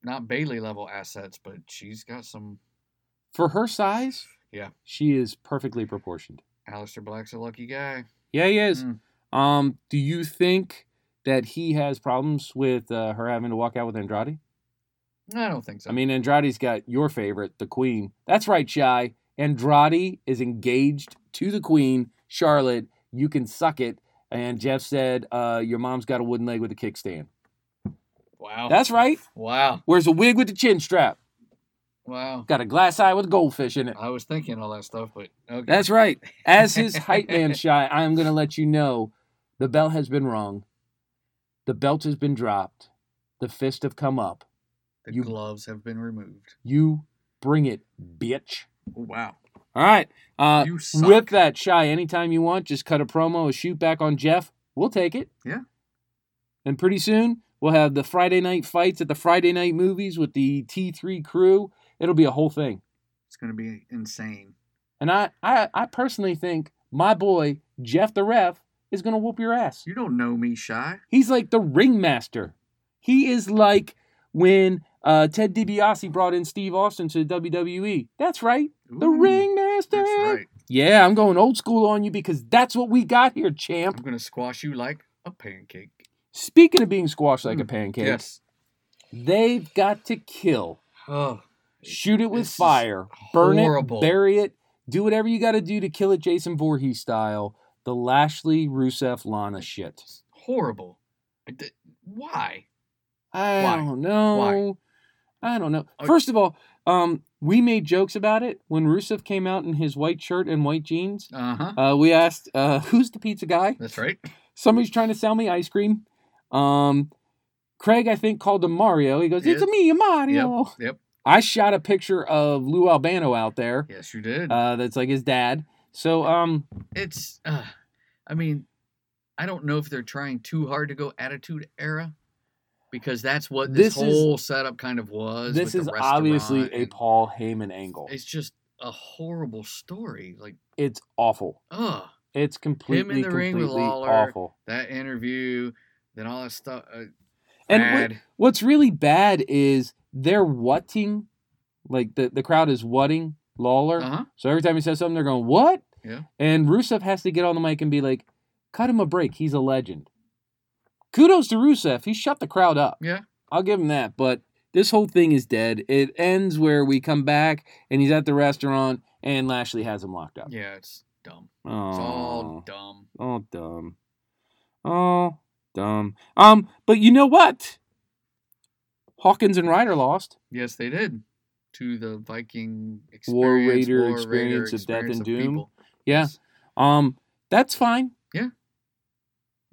not Bailey level assets, but she's got some.
For her size,
Yeah.
she is perfectly proportioned.
Alistair Black's a lucky guy.
Yeah, he is.
Mm.
Um, do you think that he has problems with uh, her having to walk out with Andrade?
No, I don't think so.
I mean, Andrade's got your favorite, the Queen. That's right, Shy. Andrade is engaged to the Queen, Charlotte. You can suck it. And Jeff said, uh, Your mom's got a wooden leg with a kickstand.
wow.
That's right.
wow.
Wears a wig with a chin strap.
Wow.
Got a glass eye with a goldfish in it.
I was thinking all that stuff, but okay.
That's right. As
<laughs>
his hype man, Shy, I'm going to let you know the bell has been rung. The belt has been dropped. The fists have come up.
the
you-
gloves have been removed.
You bring it, bitch.
Wow.
All right. Oh, Uh,
You suck.
Whip that shy anytime you want. Just cut a promo, a shoot back on Jeff. We'll take it.
Yeah.
And pretty soon we'll have the Friday night fights at the Friday night movies with the T3 crew. It'll be a whole thing.
It's gonna be insane.
And I, I, I personally think my boy Jeff the ref is gonna whoop your ass.
You don't know me, shy.
He's like the ringmaster. He is like when uh, Ted DiBiase brought in Steve Austin to WWE. That's right, the
Ooh,
ringmaster.
That's right.
Yeah, I'm going old school on you because that's what we got here,
I'm
champ.
gonna squash you like a pancake.
Speaking of being squashed like a
Mm,
pancake,
Yes.
they've got to kill.
Oh,
Shoot it with
This is
fire. Burn
horrible.
it, bury it, do whatever you got to do to kill it Jason Voorhees style. The Lashley, Rusev, Lana shit.
horrible. I did- Why?
I
Why? Oh,
don't know. I don't know. First of all, um, we made jokes about it when Rusev came out in his white shirt and white jeans.
Uh huh.
Uh, <laughs> we asked, uh, "Who's the pizza guy?"
That's right.
somebody's trying to sell me ice cream. Um, Craig, I think, called him Mario. He goes,
Yeah.
It's me,
Yep.
Mario.
Yep.
I shot a picture of Lou Albano out there.
Yes, you did.
Uh, that's like his dad. So um
it's uh, i mean i don't know if they're trying too hard to go attitude era because that's what this,
This is-
whole setup kind of was
this
with
is
the
obviously
restaurant
a
and
Paul Heyman angle.
it's just a horrible story like
It's awful.
ugh
It's completely
the ring with
completely
Lawler.
awful.
that interview then all that stuff uh,
And
bad.
what, what's really bad is they're whatting, like the, the crowd is whatting Lawler.
uh-huh
So every time he says something, they're going, What?
Yeah.
And Rusev has to get on the mic and be like, Cut him a break. He's a legend. Kudos to Rusev. He shut the crowd up.
Yeah.
I'll give him that. But this whole thing is dead. It ends where we come back and he's at the restaurant and Lashley has him locked up.
yeah it's dumb
Oh,
it's all dumb
all dumb. Oh, dumb. Um, but you know what? Hawkins and Ryder lost.
yes they did to the viking experience,
War Raider
War Raider
experience of death
experience
and
of
doom.
people.
Yeah.
Yes,
Um, that's fine.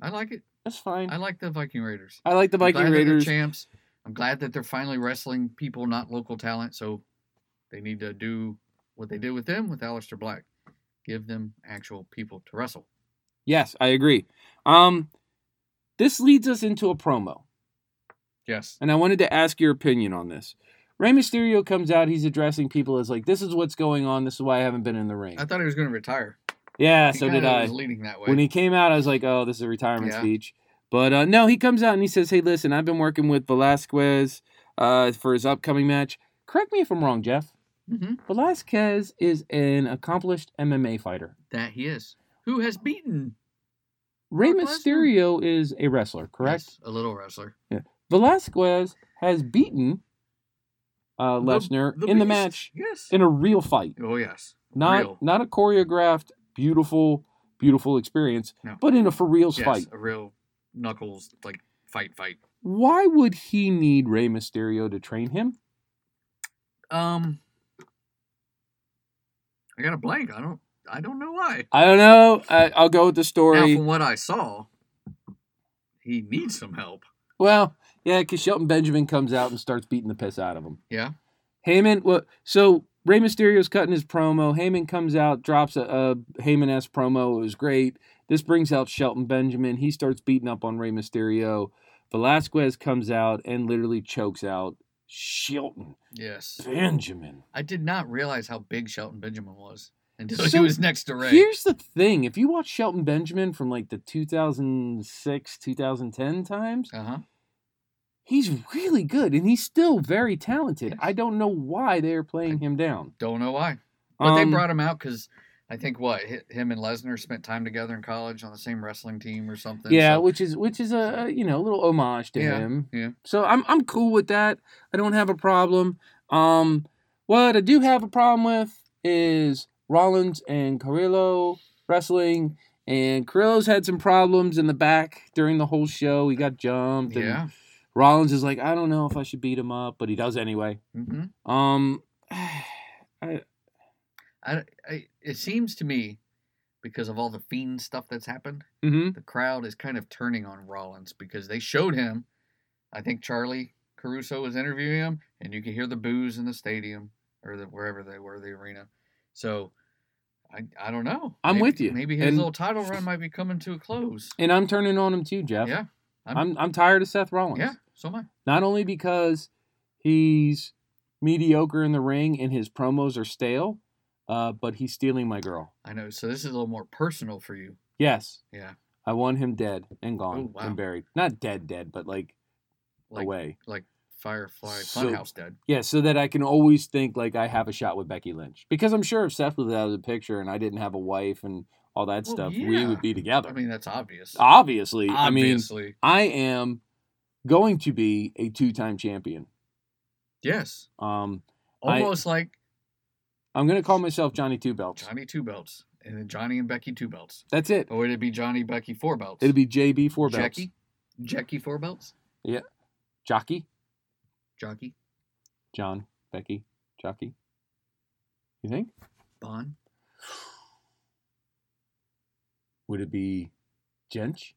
i like it
That's fine.
i like the viking raiders
I like the
I'm
Viking
glad that they're
Raiders.
champs. I'm glad that they're finally wrestling people, not local talent. So they need to do what they did with them with Aleister Black. Give them actual people to wrestle.
Yes, I agree. Um, this leads us into a promo,
Yes.
and I wanted to ask your opinion on this. Rey Mysterio comes out. He's addressing people as like, "This is what's going on. This is why I haven't been in the ring."
I thought he was going to retire.
yeah,
He
so did
kinda
I.
Was leading that way.
when he came out, I was like, "Oh, this is a retirement
Yeah.
speech." But uh, no, he comes out and he says, "Hey, listen, I've been working with Velasquez uh, for his upcoming match. Correct me if I'm wrong, Jeff.
Mhm.
Velasquez is an accomplished MMA fighter.
That he is. Who has beaten?
Rey
Brock Lesnar?
Mysterio is a wrestler, correct?
Yes, a little wrestler.
Velasquez has beaten uh, Lesnar in the
Beast.
match
Yes.
in a real fight,
oh yes.
not
Real.
not a choreographed, beautiful, beautiful experience,
No.
but in a for reals
Yes.
fight.
A real knuckles like fight fight.
Why would he need Rey Mysterio to train him?
Um. I got a blank. I don't. I don't know why.
I don't know. I, I'll go with the
Now,
story.
from what I saw, he needs some help.
Well, yeah, because Shelton Benjamin comes out and starts beating the piss out of him.
Yeah.
Heyman, well, so Rey Mysterio's cutting his promo. Heyman comes out, drops a, a Heyman S promo. It was great. This brings out Shelton Benjamin. He starts beating up on Rey Mysterio. Velasquez comes out and literally chokes out Shelton
Yes.
Benjamin.
I did not realize how big Shelton Benjamin was until he
So,
was next to Ray.
Here's the thing if you watch Shelton Benjamin from like the 2006, 2010 times,
Uh huh.
he's really good and he's still very talented. I don't know why they are playing him down.
Don't know why, but they
Um,
brought him out because I think what hi- him and Lesnar spent time together in college on the same wrestling team or something.
Yeah,
so-
which is which is a, a you know a little homage to
Yeah,
him.
yeah.
So I'm I'm cool with that. I don't have a problem. Um, what I do have a problem with is Rollins and Carrillo wrestling, and Carrillo's had some problems in the back during the whole show. He got jumped, and
yeah.
Rollins is like, I don't know if I should beat him up, but he does anyway.
Mm-hmm.
Um, <sighs>
I, I, it seems to me because of all the fiend stuff that's happened.
mhm.
the crowd is kind of turning on Rollins because they showed him. I think Charlie Caruso was interviewing him, and you could hear the boos in the stadium or the, wherever they were, the arena. So I, I don't know.
I'm
Maybe-
with you,
Maybe his
and-
little title run might be coming to a close.
and I'm turning on him too, Jeff.
Yeah,
I'm I'm, tired of Seth Rollins.
yeah. So am I.
Not only because he's mediocre in the ring and his promos are stale, uh, but he's stealing my girl.
I know. So this is a little more personal for you.
Yes,
Yeah.
I want him dead and gone
Oh, wow.
and buried. Not dead, dead, but like,
Like
away.
like Firefly
So-
Funhouse dead.
Yeah, so that I can always think like I have a shot with Becky Lynch because I'm sure if Seth was out of the picture and I didn't have a wife and all that
Well,
stuff, we
yeah.
would be together.
I mean, that's obvious.
obviously, I mean,
Obviously.
I am going to be a two-time champion.
yes.
Um, I-
Almost like
I'm gonna call myself Johnny Two Belts.
Johnny Two Belts and then Johnny and Becky Two Belts.
That's it.
Or would it be Johnny Becky Four Belts?
It'll be JB Four Belts.
Jackie? Jackie Four Belts?
Jockey,
Jockey?
John, Becky, Jockey. You think?
Bon?
Would it be Jench?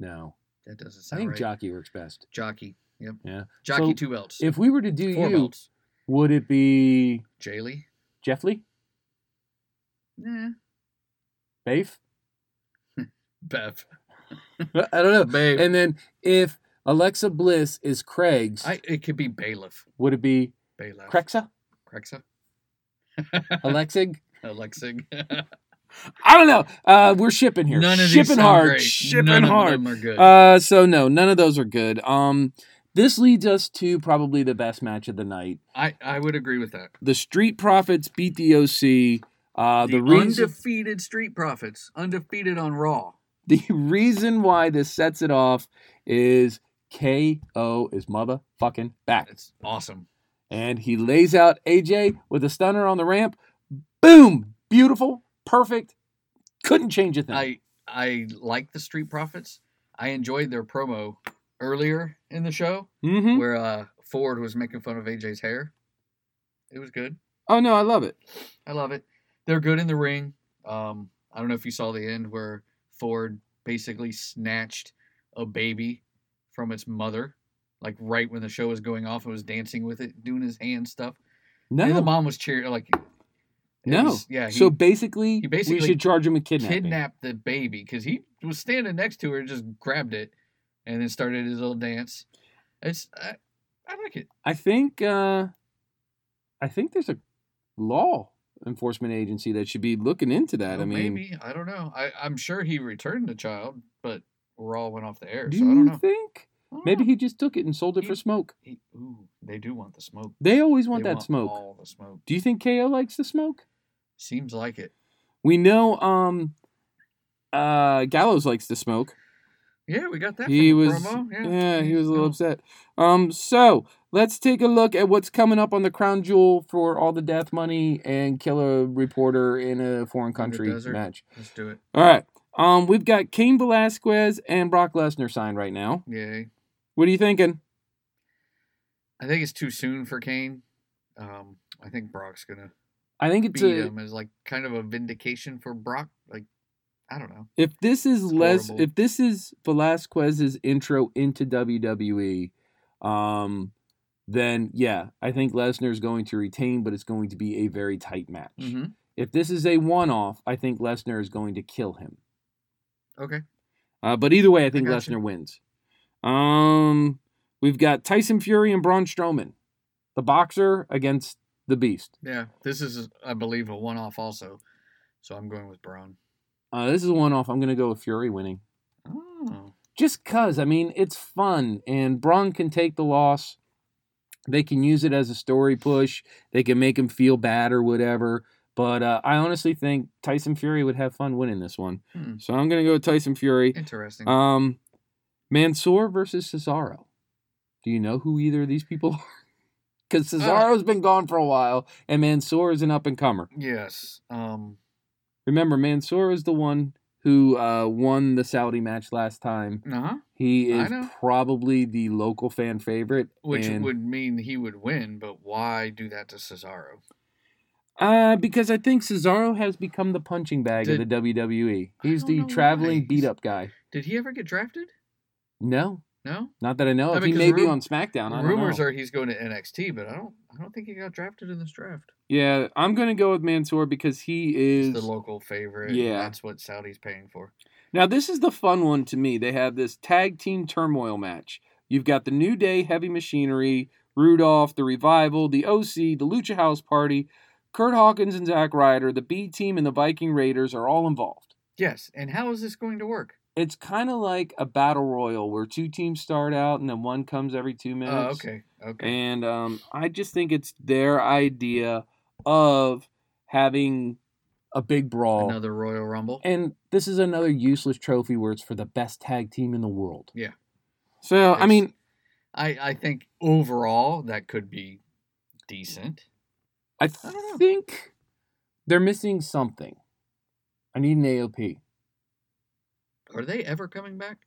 No.
That doesn't
I
sound
think
right.
jockey works best.
Jockey. Yep.
Yeah.
Jockey
So,
two belts.
If we were to do
Four
you,
belts.
would it be
Jaylee.
Jeff Lee?
Nah. <laughs>
Bafe?
Bev.
I don't know.
Babe.
And then if Alexa Bliss is Craig's,
I, it could be bailiff.
would it be
Bailiff. <laughs>
Crexa?
Crexa.
<laughs> Alexig?
Alexig.
I don't know. Uh, we're shipping here.
None of
shipping
these sound
hard.
great.
Shipping
None
hard.
Of them are good.
Uh, so no, none of those are good. Um, this leads us to probably the best match of the night.
I, I would agree with that.
The Street Profits beat the OC. Uh, the,
the
reason
undefeated Street Profits, undefeated on Raw.
<laughs> the reason why this sets it off is KO is motherfucking back,
It's awesome.
and he lays out AJ with a stunner on the ramp. Boom! Beautiful, perfect. Couldn't change a thing.
I I like the Street Profits. I enjoyed their promo earlier in the show
mm-hmm.
where uh, Ford was making fun of AJ's hair. It was good.
Oh no, I love it.
I love it. They're good in the ring. Um, I don't know if you saw the end where Ford basically snatched a baby from its mother, like right when the show was going off and was dancing with it, doing his hand stuff.
No,
And the mom was cheering. Like, it
no.
was- yeah.
so basically,
he basically
we should charge him with kidnapping.
kidnapped the baby because he was standing next to her, and just grabbed it, and then started his little dance. It's I, I like it.
I think uh, I think there's a law enforcement agency that should be looking into that. I
Well,
mean,
maybe I don't know. I I'm sure he returned the child, but Raw went off the air,
do
so I don't
you
know.
think
I don't
maybe
know.
he just took it and sold it for
He-
smoke?
He, ooh, they do want the smoke.
They always want
They
that smoke.
All the smoke.
Do you think KO likes the smoke?
Seems like it.
We know um, uh, Gallows likes the smoke.
Yeah, we got that.
He
from the
was
promo.
yeah,
Yeah,
he was a little
no.
upset. Um, so let's take a look at what's coming up on the crown jewel for all the death money and kill a reporter in a foreign country
desert.
match.
Let's do it.
All right. Um, we've got Cain Velasquez and Brock Lesnar signed right now.
Yay!
What are you thinking?
I think it's too soon for Kane. Um, I think Brock's gonna
I think it's
beat
a,
him as like kind of a vindication for Brock. Like, I don't know.
if this is
It's
Les
horrible.
if this is Velasquez's intro into WWE, um, then yeah, I think Lesnar is going to retain, but it's going to be a very tight match. If this is a one off, I think Lesnar is going to kill him.
Okay.
Uh, but either way, I think
gotcha.
Lesnar wins. Um, we've got Tyson Fury and Braun Strowman, the boxer against the Beast.
Yeah. This is, I believe, a one off also. So I'm going with Braun.
Uh, this is one off. I'm going to go with Fury winning.
Oh.
Just because, I mean, it's fun, and Braun can take the loss. They can use it as a story push. They can make him feel bad or whatever. But uh, I honestly think Tyson Fury would have fun winning this one.
Hmm.
So I'm going to go with Tyson Fury.
Interesting.
Um, Mansoor versus Cesaro. Do you know who either of these people <laughs> are? Because Cesaro's been gone for a while, and Mansoor is an up and comer.
yes. Um,
Remember, Mansoor is the one who uh, won the Saudi match last time.
uh huh.
He
I
is
know.
probably the local fan favorite.
Which
and-
would mean he would win, but why do that to Cesaro?
uh, because I think Cesaro has become the punching bag of
Did-
the WWE.
I
He's
don't
the
know
traveling
why.
beat up guy.
Did he ever get drafted?
No,
No.
not that I know.
I
of. he
mean, 'cause
may be
rum-
on SmackDown. I don't
Rumors
know.
are he's going to NXT, but I don't. I don't think he got drafted in this draft.
Yeah, I'm gonna go with Mansoor because he
He's
is.
the local favorite. and
Yeah.
That's what Saudi's paying for.
Now this is the fun one to me. They have this tag team turmoil match. You've got the New Day, Heavy Machinery, Rudolph, the Revival, the OC, the Lucha House Party, Kurt Hawkins and Zack Ryder, the B Team and the Viking Raiders are all involved.
Yes. And how is this going to work?
It's kind of like a battle royal where two teams start out and then one comes every two minutes.
Oh, okay. Okay.
And um, I just think it's their idea of having a big brawl.
Another Royal Rumble.
And this is another useless trophy where it's for the best tag team in the world.
Yeah.
So I
It's-
mean,
I I think overall that could be decent.
I
don't know.
think they're missing something. I need an AOP.
Are they ever coming back?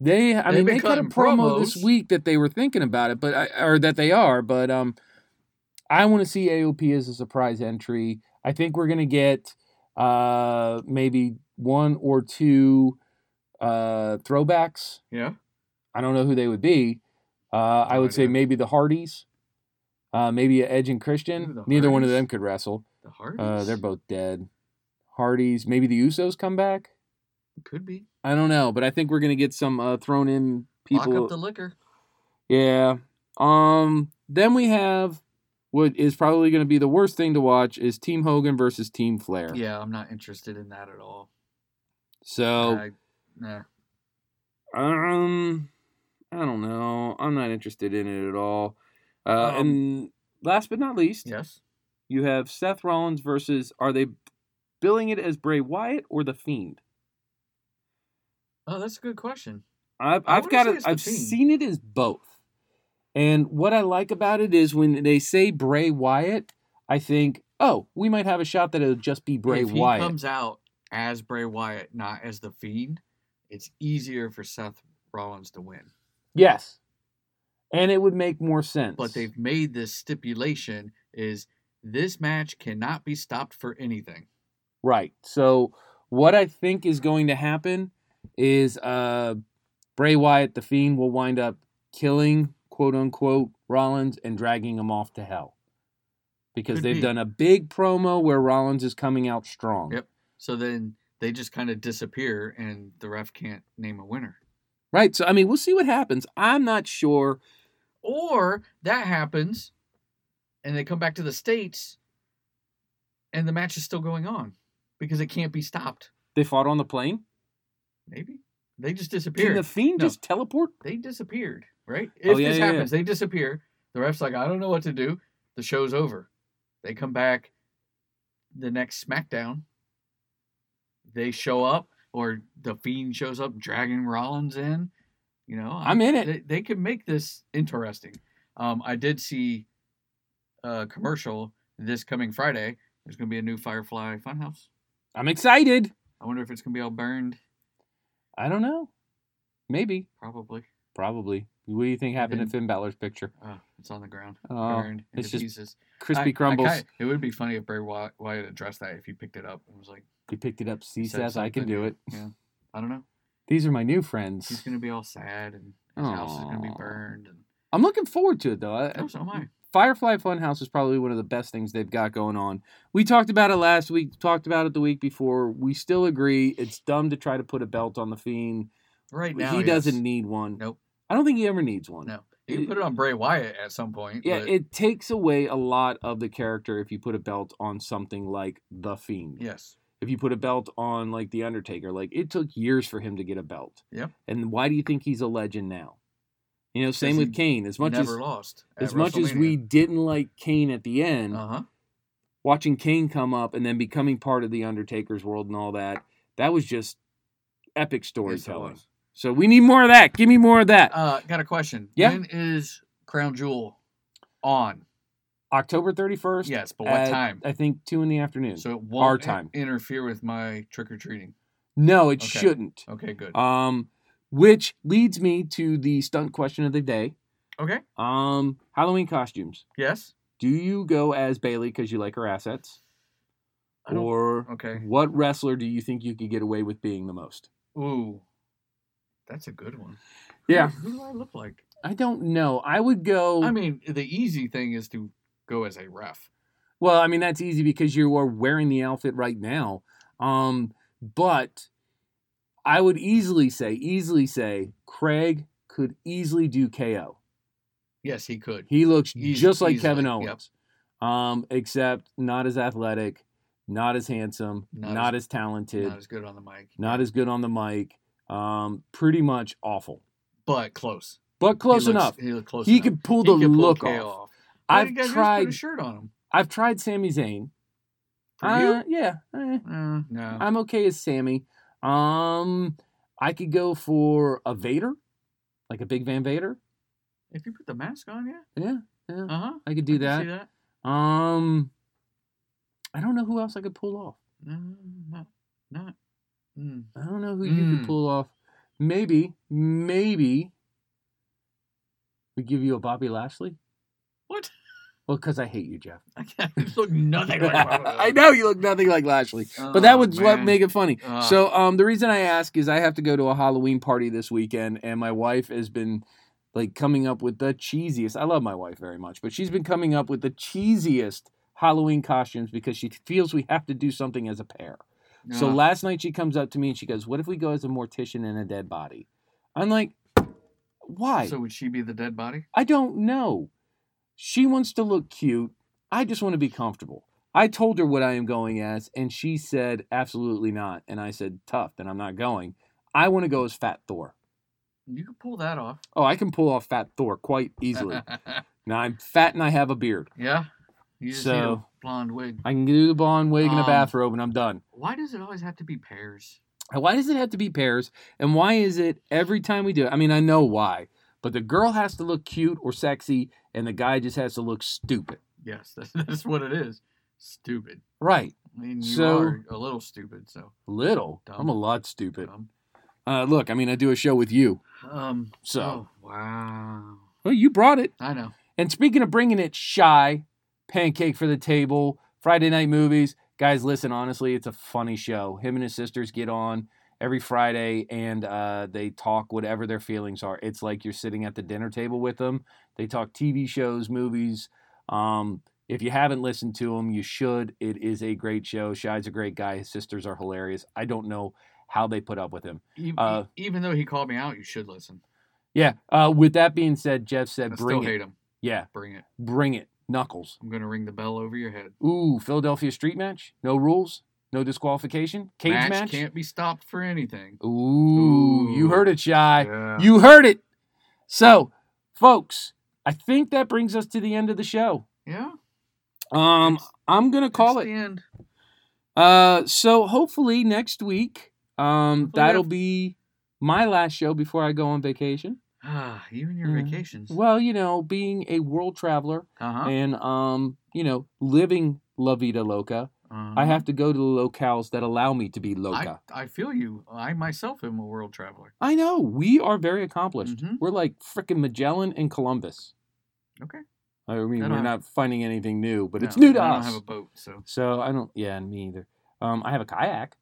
They, I
They've
mean,
been
they cut a
cutting
promo this
promos.
week that they were thinking about it, but I, or that they are, but um, I want to see AOP as a surprise entry. I think we're gonna get uh maybe one or two uh uh, throwbacks,
Yeah.
I don't know who they would be. Uh, I
No
would say
idea.
maybe the Hardys, uh, maybe a Edge and Christian.
Ooh, the
Neither one of
Hardys.
them could wrestle.
The Hardys.
Uh, they're both dead. Hardys, maybe the Usos come back.
Could be.
I don't know, but I think we're gonna get some uh, thrown in people.
Lock up the liquor.
Yeah. Um. Then we have what is probably going to be the worst thing to watch is Team Hogan versus Team Flair.
Yeah, I'm not interested in that at all.
So
I, nah.
um, I don't know. I'm not interested in it at all. Uh,
Um,
and last but not least,
Yes.
you have Seth Rollins versus. Are they billing it as Bray Wyatt or the Fiend?
Oh, that's a good question.
I've,
I
I've
wanna
got
say
it.
it's the
I've
Fiend.
seen it as both. And what I like about it is when they say Bray Wyatt, I think, oh, we might have a shot that it'll just be Bray
if he
Wyatt.
comes out as Bray Wyatt, not as the Fiend, it's easier for Seth Rollins to win.
Yes. And it would make more sense.
But they've made this stipulation: is this match cannot be stopped for anything.
Right. So what I think is going to happen is uh Bray Wyatt, the Fiend, will wind up killing quote unquote Rollins and dragging him off to hell. Because
Could
they've
be.
done a big promo where Rollins is coming out strong.
Mm-hmm. Yep. So then they just kind of disappear, and the ref can't name a winner.
Right. So I mean, we'll see what happens. I'm not sure.
Or that happens, and they come back to the states, and the match is still going on because it can't be stopped.
They fought on the plane.
Maybe they just
Can
disappeared.
the fiend
No.
just teleport?
they disappeared, right?
Oh,
If
yeah,
this
yeah, yeah.
happens, they disappear. The ref's like, I don't know what to do. The show's over. They come back the next SmackDown. They show up, or the Fiend shows up, dragging Rollins in. You know,
I'm in it.
They, they can make this interesting. Um, I did see a commercial this coming Friday. There's going to be a new Firefly Funhouse.
I'm excited.
I wonder if it's going to be all burned.
I don't know. Maybe.
Probably.
Probably. What do you think happened
then-
to Finn Balor's picture?
Oh, it's on the ground.
Oh,
burned
it's
into
just
pieces. I-
Crispy
I
crumbles.
kinda- it would be funny if Bray Wy- Wyatt addressed that if he picked it up and was like,
You picked it up. See,
said
says I can
something.
do it.
Yeah, I don't know.
These are my new
He's
friends.
gonna be all sad and his house is gonna be
Aw.
burned. And
I'm looking forward to it though. I-
oh, so am I.
Firefly Funhouse is probably one of the best things they've got going on. We talked about it last week. Talked about it the week before. We still agree it's dumb to try to put a belt on the fiend.
Right now
he
yes.
doesn't need one.
Nope.
I don't think he ever needs one.
No, you can put it on Bray Wyatt at some point.
Yeah,
but-
it takes away a lot of the character if you put a belt on something like The Fiend.
yes,
If you put a belt on like The Undertaker, like it took years for him to get a belt.
Yep.
And why do you think he's a legend now? You know, same
he
with Kane. As much as
never lost.
as much as we didn't like Kane at the end,
uh huh,
watching Kane come up and then becoming part of the Undertaker's world and all that, that was just epic storytelling. so we need more of that. Give me more of that.
Uh, got a question.
Yeah.
when is Crown Jewel on?
October 31st.
Yes, but what
at,
time?
I think 2 in the afternoon.
So it won't in-
time.
interfere with my trick or treating.
No, it
Okay.
shouldn't.
Okay, good.
Um, which leads me to the stunt question of the day.
okay,
Um, Halloween costumes.
yes.
Do you go as Bailey because you like her assets,
I don't-
or
Okay.
what wrestler do you think you could get away with being the most?
Ooh, that's a good one.
Yeah, Oh.
Who, who do I look like?
I don't know. I would go.
I mean, the easy thing is to go as a ref.
well, I mean that's easy because you are wearing the outfit right now. Um, but I would easily say, easily say, Craig could easily do KO.
Yes, he could.
He looks
Eas-
just like
easily,
Kevin
yep.
Owens, um, except not as athletic, not as handsome,
Not
not,
as-
as, talented,
Not as good on the mic,
not as good on the mic. Um, pretty much awful,
but close.
but
He
close
looks-
enough.
He looked close.
He
enough.
could pull the
could
look
KO
off.
Why
I've
did you guys just Put a
tried.
shirt on him.
I've tried Sami Zayn.
For
Uh, yeah, eh,
you? Uh, no.
I'm okay as Sammy. Um, I could go for a Vader, like a big Van Vader.
if you put the mask on, yeah.
Yeah, yeah,
Uh huh.
I could do
See
that.
that?
Um, I don't know who else I could pull off.
No, not, not. Mm. <laughs>
I don't know who you
Mm.
could pull off. Maybe, maybe we give you a Bobby Lashley.
What?
Well, because I hate you, Jeff.
You look
<laughs>
nothing like
I know you look nothing like Lashley, but that
Oh,
was what
man.
make it funny.
Ugh.
So, um, the reason I ask is I have to go to a Halloween party this weekend, and my wife has been like coming up with the cheesiest. I love my wife very much, but she's been coming up with the cheesiest Halloween costumes because she feels we have to do something as a pair. So
Uh,
last night she comes up to me and she goes, "What if we go as a mortician and a dead body?" I'm like, "Why?"
so would she be the dead body?
I don't know. She wants to look cute. I just want to be comfortable. I told her what I am going as, and she said, absolutely not. And I said, tough, then I'm not going. I want to go as Fat Thor.
You could pull that off
Oh, I can pull off Fat Thor quite
<laughs>
easily. now I'm fat and I have a beard.
yeah. You just need a
So-
blonde wig.
I can do the blonde wig and a
Um,
bathrobe, and I'm done.
Why does it always have to be pairs?
Why does it have to be pairs? And why is it every time we do it? I mean, I know why, but the girl has to look cute or sexy, and the guy just has to look stupid.
Yes, <laughs> that's, that's what it is. Stupid.
Right.
I mean, you
So-
are a little stupid. So
Little. I'm
Dumb.
a lot stupid.
um,
Uh, look, I mean, I do a show with you.
um,
So-
oh, wow.
Well, you brought it.
I know.
And speaking of bringing it shy, pancake for the table, Friday night movies. Guys, listen, honestly, it's a funny show. Him and his sisters get on every Friday and uh, they talk whatever their feelings are. It's like you're sitting at the dinner table with them. They talk TV shows, movies. Um, if you haven't listened to them, you should. It is a great show. Shy's a great guy. His sisters are hilarious. I don't know how they put up with him.
E- e-
Uh,
even though he called me out, you should listen.
Yeah. Uh, with that being said, Jeff said,
I
"Bring
still
it."
hate him.
Yeah,
Bring it.
bring it, Knuckles.
I'm gonna ring the bell over your head.
Ooh, Philadelphia street match. No rules. No disqualification. Cage match.
can't be stopped for anything.
Ooh, you heard it, Shy.
Yeah.
You heard it. So, folks, I think that brings us to the end of the show.
yeah.
Um, I'm gonna call
it's
it.
The end. <sighs>
Uh, so hopefully next week, um,
Hopefully
that'll
that-
be my last show before I go on vacation.
Ah, you and your
Yeah.
vacations.
Well, you know, being a world traveler
Uh-huh.
and um, you know, living La Vida Loca.
uh-huh.
I have to go to the locales that allow me to be
I,
loca.
I feel you. I myself am a world traveler.
I, know we are very accomplished.
Mhm.
We're like frickin' Magellan and Columbus.
Okay.
I mean,
I
we're
don't have-
not finding anything new, but it's
No,
new to
I
us.
don't have a boat, so
so I don't. Yeah, me either. Um, I have a kayak.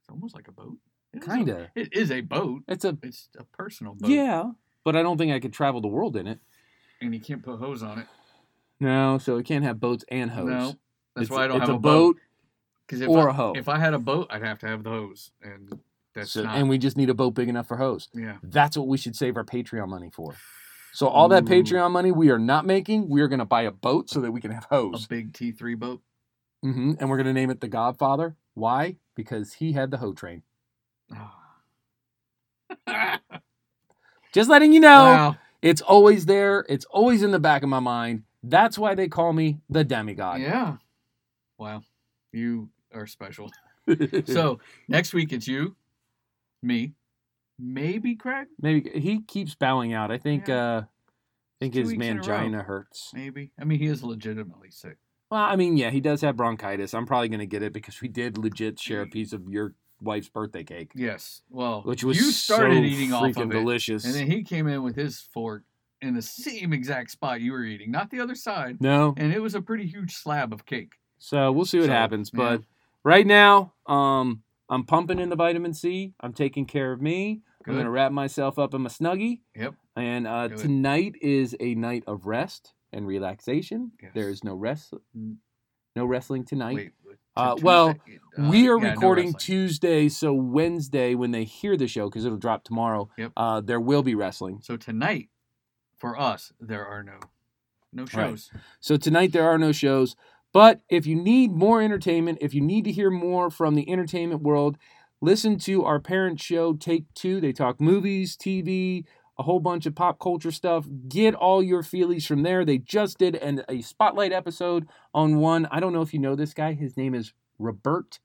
it's almost like a boat. It is a-
Kinda.
It is a boat.
It's a
It's a personal boat.
yeah, but I don't think I could travel the world in it.
And you can't put hose on it.
No, so it can't have boats and hose.
No. That's
It's-
why I don't
it's
have
a
a boat.
boat.
'Cause if
or
I-
a hoe.
If I had a boat, I'd have to have the hose, and that's
so-
not.
and we just need a boat big enough for hose.
yeah.
That's what we should save our Patreon money for. So all that
Ooh.
Patreon money we are not making, we are going to buy a boat so that we can have
A
hose.
big T three
<laughs>
boat.
hmm And we're going to name it The Godfather. Why? Because he had the hoe train.
Ah.
Just letting you know,
Wow.
it's always there. It's always in the back of my mind. That's why they call me the demigod.
Yeah. Wow. You
<laughs>
are special. so next week it's you, me, maybe Craig,
maybe he keeps bowing out. I think
Yeah.
uh I think
Two
his
weeks in a row.
mangina hurts.
maybe. I mean, he is legitimately sick.
Well, I mean, yeah, he does have bronchitis. I'm probably going to get it because we did legit share
Mm.
a piece of your wife's birthday cake,
Yes. Well,
which was
you started
so
eating off of
freaking
it,
delicious.
and then he came in with his fork in the same exact spot you were eating, not the other side,
no.
and it was a pretty huge slab of cake.
So we'll see what
So,
happens.
yeah.
But right now, um, I'm pumping in the vitamin C. I'm taking care of me. I'm
Good.
gonna wrap myself up in my snuggie.
Yep.
And uh,
Good.
tonight is a night of rest and relaxation. There
Yes.
is no rest,
Mm.
no wrestling tonight.
Wait. t-
Uh, well,
Tuesday? Uh,
we are
yeah, no
recording
wrestling.
Tuesday, so Wednesday when they hear the show, because it'll drop tomorrow.
Yep.
Uh, there will be wrestling.
So tonight, for us, there are no, no
Right.
shows.
So tonight there are no shows. But if you need more entertainment, if you need to hear more from the entertainment world, listen to our parent show, Take Two. They talk movies, TV, a whole bunch of pop culture stuff. Get all your feelies from there. They just did an, a spotlight episode on one. I don't know if you know this guy. His name is Robert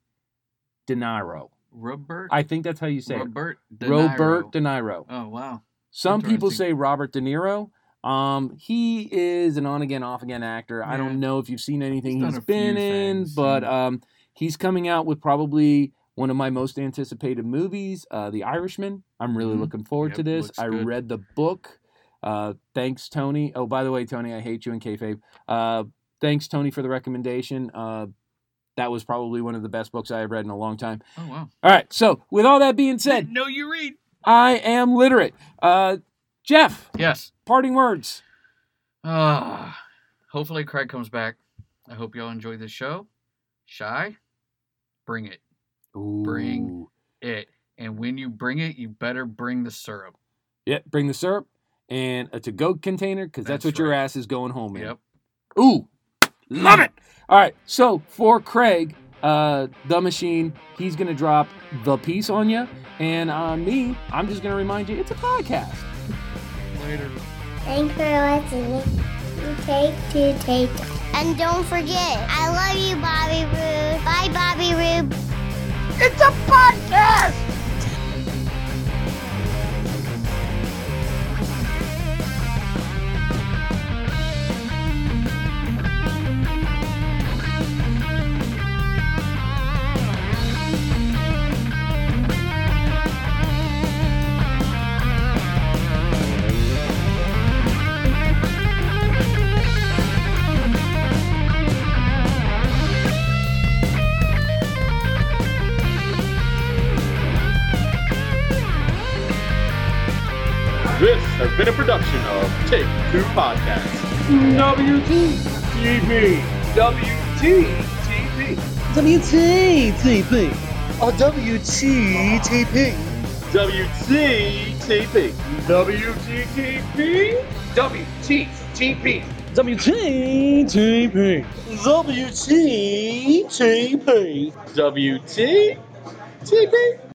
De Niro.
Robert.
I think that's how you say
Robert.
it.
De
Robert
Niro.
De Niro.
Oh wow.
Some people
Interesting.
say Robert De Niro. Um, he is an on again, off again actor. I
Yeah.
don't know if you've seen anything
He's done
he's
a few
been in,
things,
but
yeah.
um, he's coming out with probably one of my most anticipated movies, uh, The Irishman. I'm really
Mhm.
looking forward to
Yep,
this.
looks
I
good.
read the book. Uh, thanks, Tony. Oh, by the way, Tony, I hate you and kayfabe. Uh, thanks, Tony, for the recommendation. Uh, that was probably one of the best books I have read in a long time.
Oh wow.
All right. So, with all that being said,
No, you read.
I am literate. Uh, Jeff,
Yes.
parting words.
Uh, hopefully Craig comes back. I hope y'all enjoy this show. Shy, bring it. Bring.
Ooh.
It. And when you bring it, you better bring the syrup.
Yeah, bring the syrup and a to go container because that's,
That's
what your
right.
ass is going home in.
Yep.
Ooh, love it. All right. So for Craig, uh, the machine, he's going to drop the piece on you. And on me, I'm just going to remind you it's a podcast.
Later.
Thanks for listening. Take two, take. And don't forget, I love you, Bobby Roode. Bye, Bobby Roode. It's a podcast!
This has been a production of Take Two Podcasts. WTTP. WTTP.
WTTP. Or WTTP.
WTTP. WTTP. WTTP.
WTTP. WTTP.
WTTP.